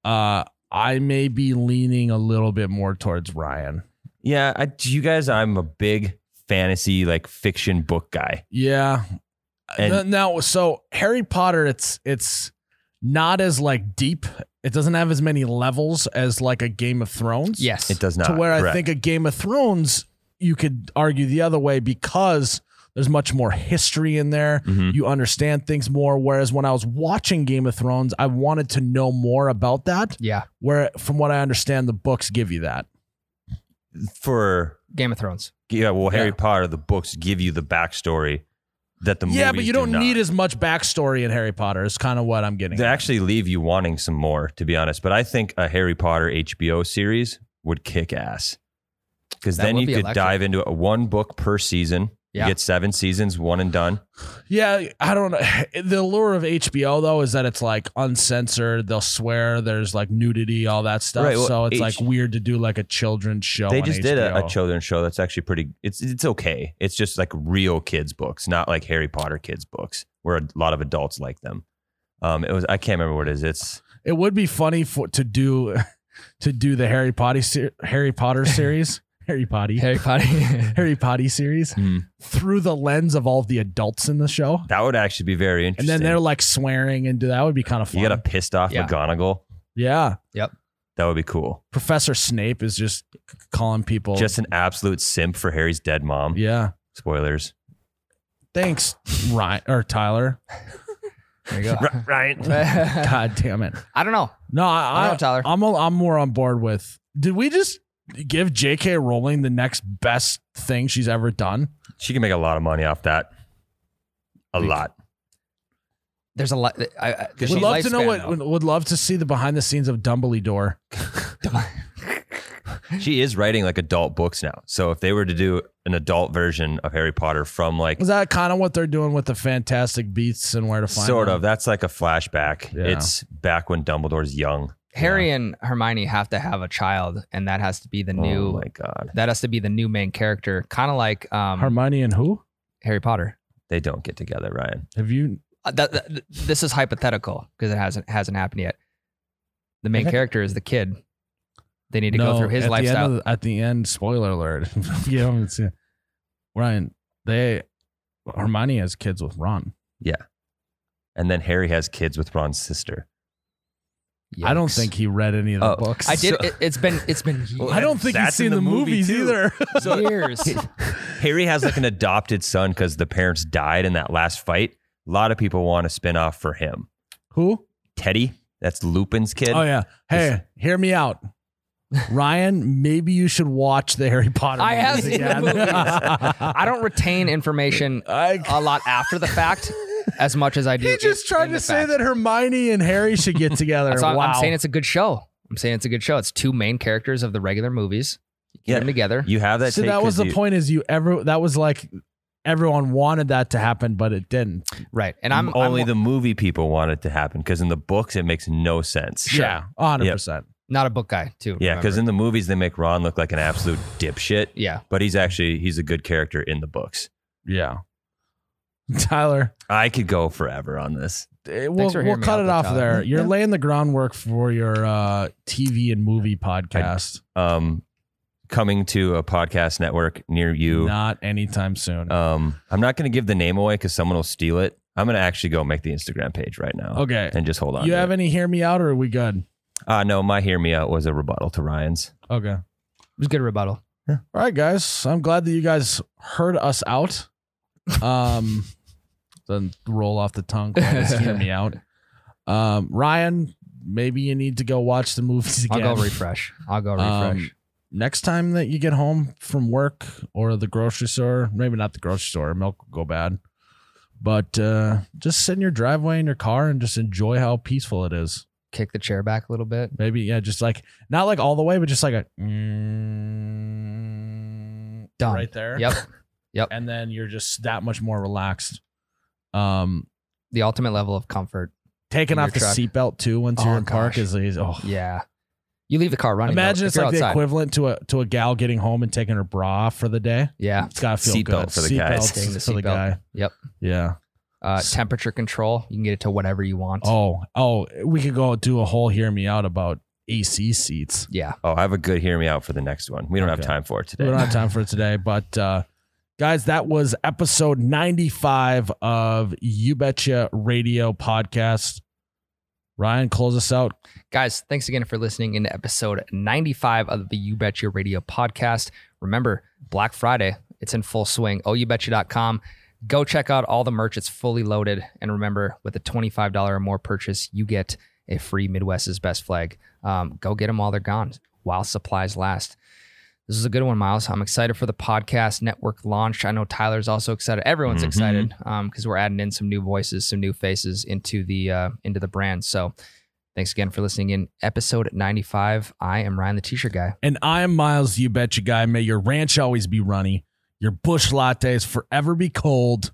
Uh, I may be leaning a little bit more towards Ryan.
Yeah, I, to you guys, I'm a big fantasy like fiction book guy.
Yeah.
And-
Th- now, so Harry Potter, it's it's not as like deep. It doesn't have as many levels as like a Game of Thrones.
Yes.
It does not.
to where I
correct.
think a Game of Thrones, you could argue the other way because there's much more history in there.
Mhm.
You understand things more. Whereas when I was watching Game of Thrones, I wanted to know more about that.
Yeah.
Where, from what I understand, the books give you that.
for
Game of Thrones.
Yeah, well, Harry
Yeah.
Potter, the books give you the backstory that the
yeah,
movies
but you
do
don't
not.
need as much backstory in Harry Potter. Is kind of what I'm getting.
They
at.
actually leave you wanting some more, to be honest. But I think a Harry Potter HBO series would kick ass because
That
then
would
you
be
could
electric.
dive into a one book per season.
Yeah.
You get seven seasons, one and done.
Yeah, I don't know. The allure of HBO though is that it's like uncensored. They'll swear. There's like nudity, all that stuff.
Right, well,
so it's
H-
like weird to do like a children's show.
they
on
just did a,
HBO.
a children's show that's actually pretty. It's it's okay. It's just like real kids books, not like Harry Potter kids books, where a lot of adults like them. Um, it was I can't remember what it is. It's
It would be funny for to do to do the Harry Potter ser- Harry Potter series, Harry Potter,
Harry Potter.
Harry Potter series
Hmm.
through the lens of all the adults in the show,
that would actually be very
and
interesting.
then they're like swearing and do that would be kind of fun.
you got a pissed off
Yeah.
McGonagall.
yeah,
That would be cool.
Professor Snape is just c- calling people.
Just an absolute simp for Harry's dead mom.
Oh. yeah.
Spoilers.
Thanks, Ryan or Tyler.
There you go.
Right.
I
God damn it.
don't know.
No,
I
I,
don't
I
know, Tyler.
I'm a, I'm more on board with. Did we just give J.K. Rowling the next best thing she's ever done?
She can make a lot of money off that. A lot.
There's a lot. I, I,
Would love to know what. Would love to see the behind the scenes of Dumbledore.
She is writing like adult books now. So if they were to do an adult version of Harry Potter from like
Is that kind of what they're doing with the Fantastic Beasts and Where to Find?
sort
Them?
of, that's like a flashback.
Yeah.
It's back when Dumbledore's young.
Harry and Hermione have to have a child, and that has to be the
Oh
new.
my God.
That has to be the new main character, kind of like um,
Hermione and who?
Harry Potter.
They don't get together, Ryan.
Have you?
Uh, that, that- this is hypothetical because it hasn't hasn't happened yet. The main character is the kid. They need to
no,
go through his
at The
lifestyle.
end of the- at the end, spoiler alert. you haven't seen it. Ryan, they Hermione has kids with Ron.
And then Harry has kids with Ron's sister.
I don't
Yikes.
think he read any of the
Oh,
books.
I did.
so-
it, it's been it's been
Well,
I don't think he's
That's in
seen the,
the movie,
movies
too.
either.
years.
Harry has like an adopted son because the parents died in that last fight. A lot of people want a spinoff for him.
who?
Teddy, that's Lupin's kid.
Oh yeah. Hey, hear me out. Ryan, maybe you should watch the Harry Potter.
I have
movies
seen the
again.
movies. I don't retain information
I-
a lot after the fact as much as I do.
He just
in-
tried
in
to
the
say
fact.
that Hermione and Harry should get together.
That's why I'm-
wow.
I'm saying it's a good show. I'm saying it's a good show. It's two main characters of the regular movies. Get
Yeah.
them together.
You have that.
so
take
that was
'cause
the
you-
point is you ever that was like everyone wanted that to happen but it didn't.
right. And I'm
only
I'm
the movie people want it to happen because in the books it makes no sense.
Yeah, 100%.
not a book guy, too.
yeah. Because
remember.
in the movies they make Ron look like an absolute dipshit,
yeah.
but he's actually he's a good character in the books.
Yeah. Tyler,
I could go forever on this.
eh, we'll,
for
we'll
hearing me
cut
out
it
though,
off
Tyler.
there. You're
Yeah.
laying the groundwork for your uh, TV and movie podcast.
Um, coming to a podcast network near you.
Not anytime soon.
Um, I'm not going to give the name away because someone will steal it. I'm going to actually go make the Instagram page right now.
okay.
And just hold on.
You
to
have
it.
any hear me out or are we good?
Uh, no, my hear me out was a rebuttal to Ryan's.
Okay.
It was a good rebuttal.
All right, guys. I'm glad that you guys heard us out. Um, doesn't roll off the tongue. quite as hear me out. Um, Ryan, maybe you need to go watch the movies
I'll
again.
go refresh. I'll go refresh.
Um, next time that you get home from work or the grocery store, maybe not the grocery store, milk will go bad. But uh, just sit in your driveway in your car and just enjoy how peaceful it is.
Kick the chair back a little bit.
Maybe yeah, just like not like all the way, but just like a mm,
Done.
right there.
Yep.
and then you're just that much more relaxed. Um,
The ultimate level of comfort.
taking
In your
off the
truck.
seatbelt too once
Oh,
you're in park
gosh.
is, is oh
Yeah. You leave the car running. though,
Imagine
if
it's
you're
like the
outside.
equivalent to a to a gal getting home and taking her bra off for the day.
Yeah.
It's gotta feel
Seatbelt
good
for the guys.
Seatbelts
Staying the
for the
seatbelt.
guy.
Yep.
Yeah.
Uh,
S-
temperature control. You can get it to whatever you want.
Oh, oh, we could go do a whole hear me out about AC seats.
Yeah.
Oh, I have a good hear me out for the next one. We don't
Okay.
have time for it
We
today.
don't have time for it today, but uh, guys, that was episode ninety five of You Betcha Radio podcast. Ryan, close us out.
Guys, thanks again for listening in to episode 95 of the You Betcha Radio podcast. Remember, Black Friday, it's in full swing. OUBetcha.com. Go check out all the merch. It's fully loaded. And remember, with a $25 or more purchase, you get a free Midwest's Best flag. Um, go get them while they're gone, while supplies last. This is a good one, Miles. I'm excited for the podcast network launch. I know Tyler's also excited. Everyone's
Mhm.
excited because we're adding in some new voices, some new faces into the uh, into the brand. So, thanks again for listening in. Episode 95. I am Ryan, the T-shirt guy.
And I am Miles, you betcha guy. May your ranch always be runny. Your bush lattes forever be cold.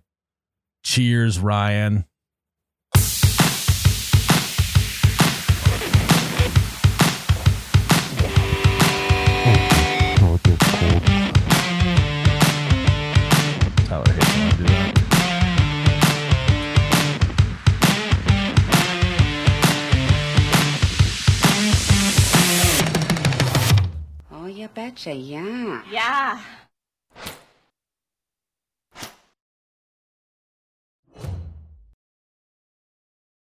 Cheers, Ryan.
Tyler hates when I do that.
Oh, you betcha, yeah.
Yeah.